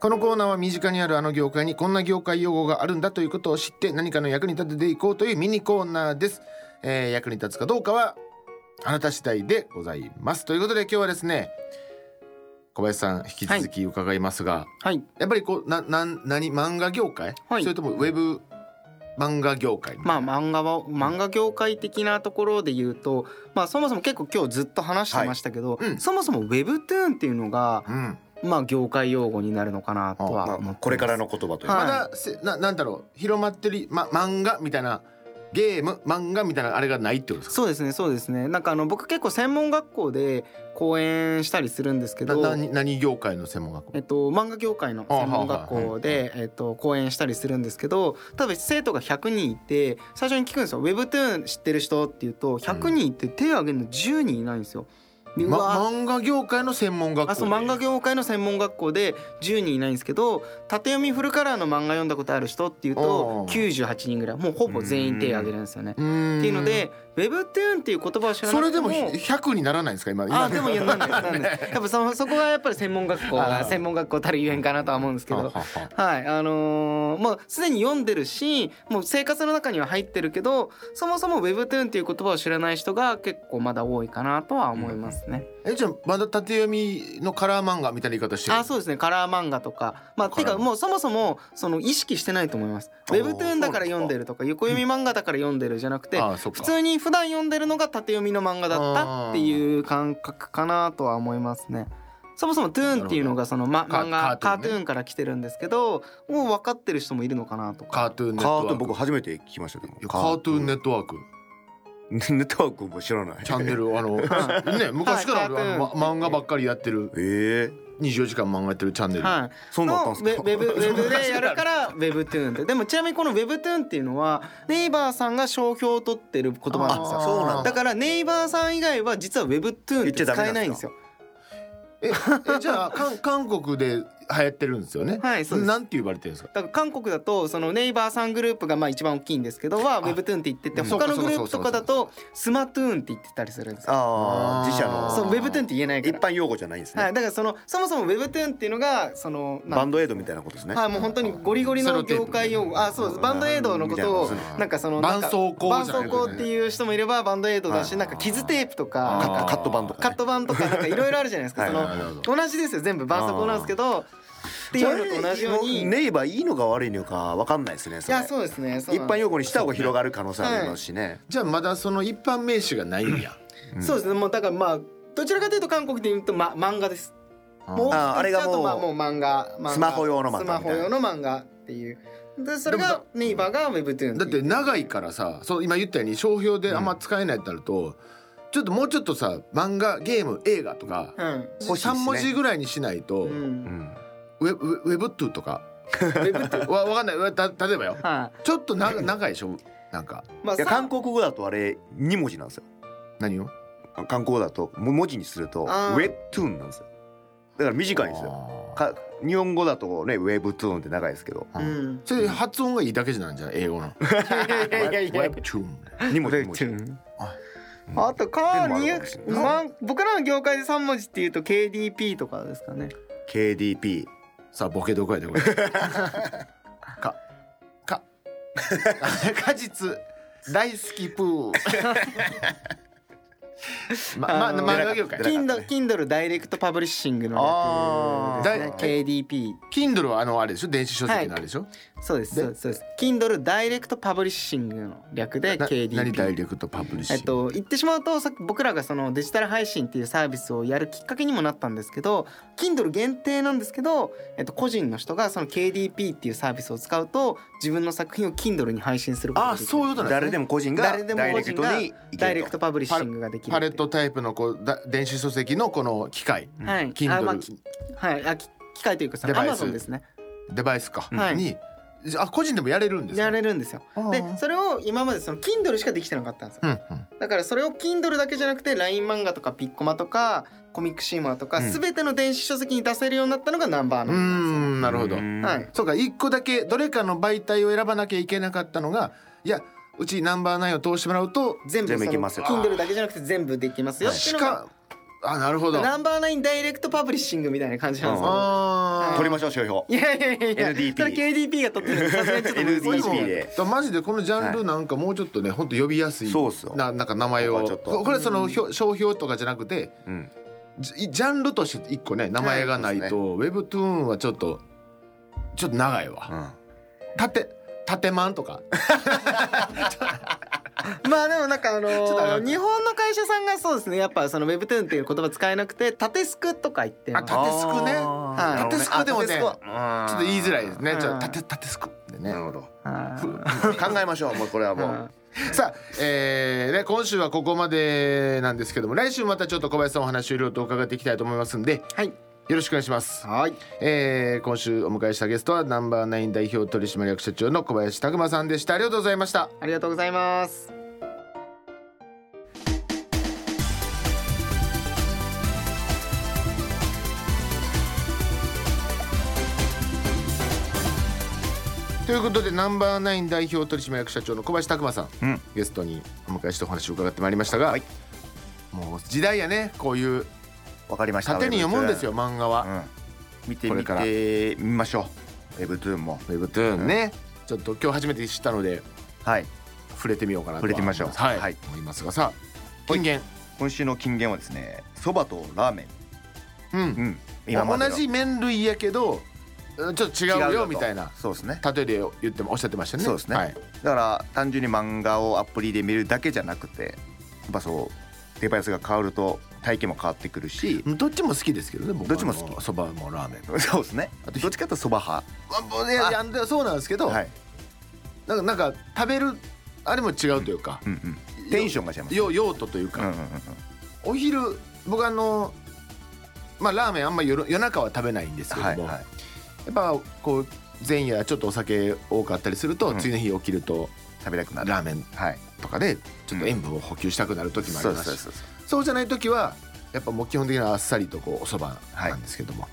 S1: このコーナーは身近にあるあの業界にこんな業界用語があるんだということを知って何かの役に立てていこうというミニコーナーです、えー役に立つかどうかはあなた次第でございますということで今日はですね小林さん引き続き伺いますが、
S3: はい
S1: やっぱりこうななん何漫画業界、
S3: はい
S1: それともウェブ漫画業界
S3: まあ漫画は漫画業界的なところで言うと、まあ、そもそも結構今日ずっと話してましたけど、
S1: はいうん
S3: そもそも Webtoon っていうのが、
S1: うん、
S3: まあ、業界用語になるのかなとは思って
S4: ま
S3: ま
S4: あ、
S3: す
S4: これからの言葉というか、
S3: はい
S1: まだせななんだろう広まってる、ま、漫画みたいなゲーム漫画みたいなあれがないってことです
S3: そうですねそうですねなんかあの僕結構専門学校で講演したりするんですけ
S1: かな
S3: ど
S1: 何何業界の専門学校
S3: えっと、漫画業界の専門学校で、えっと、講演したりするんですけど多分生徒が100人いて最初に聞くんですよ「Webtoon 知ってる人?」って言うと100人いて手を挙げるの10人いないんですよ。でうわー
S1: ま、漫画業界の専門学校
S3: あそう漫画業界の専門学校で10人いないんですけど縦読みフルカラーの漫画読んだことある人っていう
S1: お
S3: と
S1: ー
S3: 98人ぐらいもうほぼ全員手挙げるんですよね。っ
S1: うーん
S3: ていうので「Webtoon」っていう言葉を知らな
S1: それ
S3: くて
S1: で
S3: も
S1: も100にならないんですか今今
S3: あでもいやなんですなんです やっぱそのそこがやっぱり専門学校が専門学校たるゆえんかなとは思うんですけ
S1: は
S3: ど
S1: はは
S3: はいあのーもうすでに読んでるしもう生活の中には入ってるけどそもそも Webtoon っていう言葉を知らない人が結構まだ多いかなとは思いますね。
S1: えじゃあまだ縦読みのカラー漫画みたいな言い方してる
S3: あそうですねカラー漫画とかまあてかもうそもそもその意識してないと思います。
S1: あー
S3: Webtoon だから読んでるとか横読み漫画だから読んでるじゃなくて
S1: あそっか
S3: 普通に普段読んでるのが縦読みの漫画だったっていう感覚かなとは思いますね。そもそもトゥーンっていうのがその、ま、
S1: カ
S3: 漫画
S1: カ
S3: カ
S1: ートゥー
S3: ート
S1: ンね
S3: ゥーンから来てるんですけどもう分かってる人もいるのかなとか
S1: カートゥーン
S4: カ
S1: ネット
S4: ー
S1: ワ
S4: トゥーン
S1: ーク
S4: 僕初めて聞きましたけど
S1: いやカートゥーンネ ットワーク
S4: ネットワークも知らない
S1: チャンネルあのね昔からあるあのま漫画ばっかりやってる
S4: ええ
S1: 24時間漫画やってるチャンネル
S3: はい、
S4: そんなんあったんです
S3: の
S4: か
S3: ウェウェブウェブでやるから Webtoon ってでもちなみにこの Webtoon っていうのはネイバーさんが商標を取ってる言葉なんですよ
S1: あそうなんだ
S3: だからネイバーさん以外は実は Webtoon
S4: 言
S3: っ
S4: っち
S3: て
S4: ゃダメ
S3: 使え
S4: な
S3: ない
S4: ん
S3: ん
S4: で
S3: ですす
S4: か
S3: よ
S1: ええじゃあ韓韓国で流行ってるんですよね。
S3: はいそうです
S1: なんて呼ばれてるんですか。
S3: だから韓国だとそのネイバーさんグループがまあ一番大きいんですけどは Webtoon って言ってて
S1: うん
S3: 他の
S1: そうか
S3: グループとかだとスマトゥーンって言ってたりするんですよ
S4: ああ自社
S1: ー
S4: の
S3: そう Webtoon って言えないか
S4: 一
S3: ら
S4: 般用語じゃないんですね、
S3: はいだからそのそもそも Webtoon っていうのがそのなん
S4: バンドエイドみたいなことですね、
S3: はい、もう本当にゴリゴリ
S1: セロ
S3: の
S1: テープ
S3: 業界用語あそうですバンドエイドのことを
S4: みたい
S3: なんかその
S1: 絆創膏
S3: なん
S1: じ
S3: か
S1: ゃな
S3: 絆
S1: い
S3: 創膏っていう人もいればバンドエイドだ
S4: は
S3: し
S4: い
S3: なんか傷テープとか
S1: あー
S3: なん
S4: カ
S3: か
S4: ットバンとか、
S3: カ
S4: ね
S3: ッ、ト板とかなんかいろいろあるじゃないですかその
S1: なるほど
S3: 同じですよ全部絆創膏なんですけどっていうのと同じように
S4: ネイバーいいのか悪いのかわかんないですね
S3: い
S4: それ
S3: やそうですねそう
S4: 一
S3: なんです
S4: 般用語にした方が広がる可能性ありますしね、
S1: じゃあまだその一般名詞がないんや。
S3: そうですねもうだからまあどちらかというと韓国で言うと、ま、漫画ですもう
S4: あーあれが
S3: ちょっとまあ
S4: も
S3: もう漫画漫画
S4: スマホ用の漫画
S3: ス
S4: みたいな
S3: マホ用の漫画っていうでそれ
S1: でも
S3: がネイバーが Webtoon
S1: だって長いからさ、そう今言ったように商標であんま使えないってなると、ちょっともうちょっとさ漫画ゲーム映画とか
S3: うん
S4: 欲しいですね
S1: 3文字ぐらいにしないと、
S3: う
S1: ウ
S3: ん
S4: うん
S1: ェブウェブトゥーとか わわかんないわた例えばよ
S3: はい
S1: ちょっとな長いでしょなんか
S3: まあ
S4: いや
S3: さ
S4: 韓国語だとあれ2文字なんですよ
S1: 何を
S4: 韓国語だとも文字にするとウ
S3: あー
S4: ェットゥーンなんですよだから短いんですよ
S1: よ
S4: か日本語だとねウェブトゥーンって長いですけど
S3: うん
S1: それ発音がいいだけじゃないんじゃない英語の
S3: いやいやいやいや
S1: ウェブトゥーン
S4: 2文字2文字
S3: あとカ
S4: でもあるかもし
S3: ー
S4: れ
S3: に、
S4: ない
S3: まあ、僕らの業界で三文字っていうと KDP とかですかね
S4: KDP
S1: さあボケどこやで これかか 果実大好きプ ーまま
S3: あの
S1: 漫画業界
S4: 出なかった
S3: Kindle, Kindle ダイレクトパブリッシングの略
S1: あー
S3: ですね KDP
S1: Kindle はあのあれでしょ電子書籍のあれでしょ、
S3: そうです
S1: で
S3: そうですそうです Kindle ダイレクトパブリッシングの略で
S1: な何ダイ
S3: KDP
S1: レクトパブリッシ
S3: え
S1: ング
S3: っと、言ってしまうとさっき僕らがそのデジタル配信っていうサービスをやるきっかけにもなったんですけど Kindle 限定なんですけど、えっと、個人の人がその KDP っていうサービスを使うと自分の作品を Kindle に配信することが
S1: ああ
S3: できる
S1: そういうことなんですね
S4: 誰でも個人が
S3: 誰でも
S4: ダイ
S3: 個
S4: レクト
S3: 人が
S4: に行
S3: ダイ
S4: け
S3: レ
S4: る
S3: ク
S4: と
S3: トパブリッシングができる
S1: パレ
S3: っ
S1: ッ
S3: てい
S1: ト
S3: う
S1: タイプのこうだ電子書籍のこの機械
S3: はい、
S1: Kindle
S3: あまあきはい、あき機械というかそ
S1: デ
S3: の
S1: バ
S3: ア
S1: イス
S3: マゾンですね
S1: デバイスか、
S3: はい
S1: にあ個人でもやれるんですか
S3: やれるんですよ
S1: あー
S3: でそれを今までその Kindle しかできてなかったんですよ
S1: うんうん
S3: だからそれを Kindle だけじゃなくて LINE 漫画とかピッコマとかコミックシーマーとか
S4: うん
S3: 全ての電子書籍に出せるようになったのがナンバー
S1: うー
S3: の
S1: んなるほど
S4: うん
S3: はい
S1: そうか一個だけどれかの媒体を選ばなきゃいけなかったのがいやうちナンバーナインを通してもらうと
S3: 全部
S4: 全部いけます
S3: そ
S4: よ
S3: の Kindle だけじゃなくて全部できますよってい
S1: し
S3: うのが
S1: かあなるほど
S3: ナンバーナインダイレクトパブリッシングみたいな感じなんですけど
S1: あ
S4: 取りましょう商標
S3: いやいやいやいや
S4: NDP
S3: それ KDP が取ってるんでさすがにちょっと難しいです
S4: NDP
S3: ね
S4: で
S1: マジでこのジャンルなんかもうちょっとね本当呼びやすい
S4: そうっすよ
S1: ななんか名前
S4: ここ
S1: を
S4: はちょっと
S1: これそのひょ商標とかじゃなくて
S4: うん
S1: ジジャンルとして一個ね名前がないと、ウェブトゥーンはちょっとちょっと長いわ。縦縦マンとか。
S3: まあでもなんかあの
S1: ょっと上がった
S3: 日本の会社さんがそうですねやっぱその Webtoon っていう言葉使えなくて縦スクとか言って
S1: あ
S3: ます
S1: 縦スクね。
S3: い
S1: 縦スクでもねちょっと言いづらいですね。
S3: うん
S1: ちょっと縦縦スクってね
S4: な。るほど
S3: はい
S4: 考えましょうもうこれはもう
S1: さあ、えーね、今週はここまでなんですけども来週またちょっと小林さんお話をいろいろと伺っていきたいと思いますんで
S3: はい
S1: よろしくお願いします。
S3: はい
S1: えー今週お迎えしたゲストはナンバーナイン代表取締役社長の小林拓馬さんでした。ありがとうございました。
S3: ありがとうございます
S1: ということでナンバーナイン代表取締役社長の小林拓馬さん、
S2: うん
S1: ゲストにお迎えしてお話を伺ってまいりましたが、
S2: はい
S1: もう時代やねこういう
S2: わかりました
S1: 縦に読むんですよ漫画は。
S2: うん見て
S1: これ
S2: み
S1: から
S2: てみましょうウェブトゥーンも
S1: ウェブトゥーンね、ちょっと今日初めて知ったので
S2: はい
S1: 触れてみようかなとは
S2: 触れてみましょう
S1: はい、
S2: はい
S1: 思いますがさ金言、
S2: 今週の金言はですねそばとラーメン
S1: うん
S2: うん今までの
S1: 同じ麺類やけどうんちょっと違うよ
S2: 違うよと
S1: みたいな
S2: そうですね
S1: 例えで言ってもおっしゃってましたね。
S2: そうですね
S1: はい、
S2: だから単純に漫画をアプリで見るだけじゃなくてやっぱそうデバイスが変わると体験も変わってくるし
S1: どっちも好きですけどね僕
S2: どっちも好き
S1: きそばもラーメンも
S2: そうですね
S1: あと
S2: どっちかというとそば派
S1: あもうねあでそうなんですけど、
S2: はい
S1: なんかなんか食べるあれも違うというか、
S2: うんうんテンションが違います
S1: よ用途という
S2: うんう
S1: か、
S2: んうんうん
S1: お昼僕あのまあラーメンあんま夜夜中は食べないんですけども、
S2: はいはい
S1: やっぱこう前夜ちょっとお酒多かったりすると、
S2: うん
S1: 次の日起きると
S2: 食べたくなる
S1: ラーメン
S2: はい
S1: とかでちょっと塩分を補給したくなる時もあり
S2: そう
S1: ま
S2: です
S1: し、
S2: そうですそうです
S1: そうじゃない時はやっぱもう基本的にはあっさりとこうおそばなんですけども、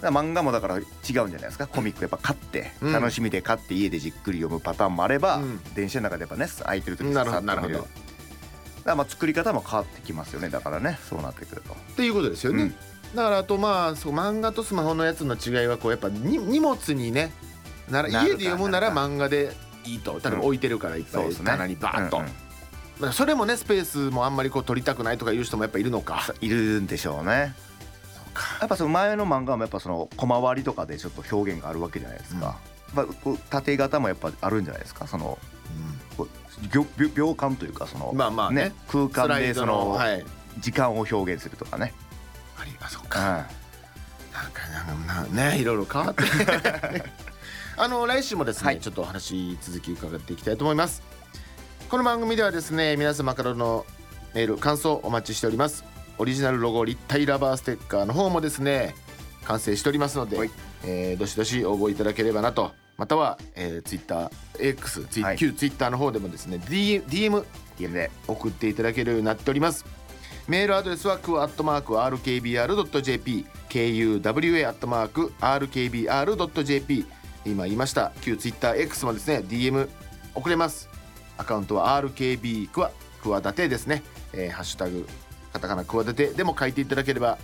S2: だから漫画もだから違うんじゃないですかコミックやっぱ買って、
S1: うん
S2: 楽しみで買って家でじっくり読むパターンもあれば、
S1: うん
S2: 電車の中でやっぱね空いてる時に
S1: なるほど
S2: さっと見
S1: なるほど
S2: だからまあ作り方も変わってきますよねだからねそうなってくると
S1: っていうことですよね、
S2: うん
S1: だからあとまあそう漫画とスマホのやつの違いはこうやっぱに荷物にねなら
S2: なる
S1: 家
S2: か
S1: で読むなら
S2: な
S1: 漫画でいいと例えば置いてるからいっぱい棚にバーッと、
S2: うんうん
S1: まあそれもねスペースもあんまりこう取りたくないとかいう人もやっぱいるのか
S2: いるんでしょうねやっぱその前の漫画もやっぱその小回りとかでちょっと表現があるわけじゃないですか、やっぱこう縦型もやっぱあるんじゃないですかそのこうびょびょ秒間というかその、
S1: まあまあね
S2: 空
S1: ス
S2: 間
S1: ライ
S2: で
S1: ド
S2: そ
S1: の
S2: の
S1: はい
S2: 時間を表現すると かね、
S1: ありあそっ
S2: うん
S1: か、なんかなんかな ねいろいろ変わってあの来週もですね、
S2: はい
S1: ちょっとお話続き伺っていきたいと思いますこの番組ではですね皆様からのメール感想お待ちしておりますオリジナルロゴ立体ラバーステッカーの方もですね完成しておりますので、
S2: はい
S1: えーどしどし応募いただければなとまたは、えー、ツイッター X ツイ、
S2: はい
S1: 旧ツイッターの方でもですね DM, DM
S2: ゲームで
S1: 送っていただけるようになっておりますメールアドレスはクアットマーク RKBR.jp KUWA アットマーク RKBR.jp 今言いました旧 TwitterX もですね DM 送れますアカウントは RKB クワクワダテですね、えーハッシュタグカタカナクワダテでも書いていただければ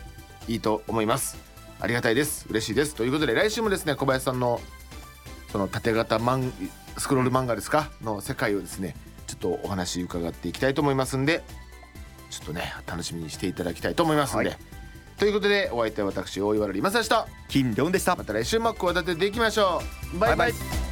S1: いいと思いますありがたいです嬉しいですということで来週もですね小林さんのその縦型マンスクロール漫画ですかの世界をですねちょっとお話伺っていきたいと思いますんでちょっとね楽しみにしていただきたいと思いますんで、
S2: はい
S1: ということでお相手は私大岩良理正でした
S2: 金龍でした
S1: また来週も企てていきましょうバイバイ
S2: バイバイ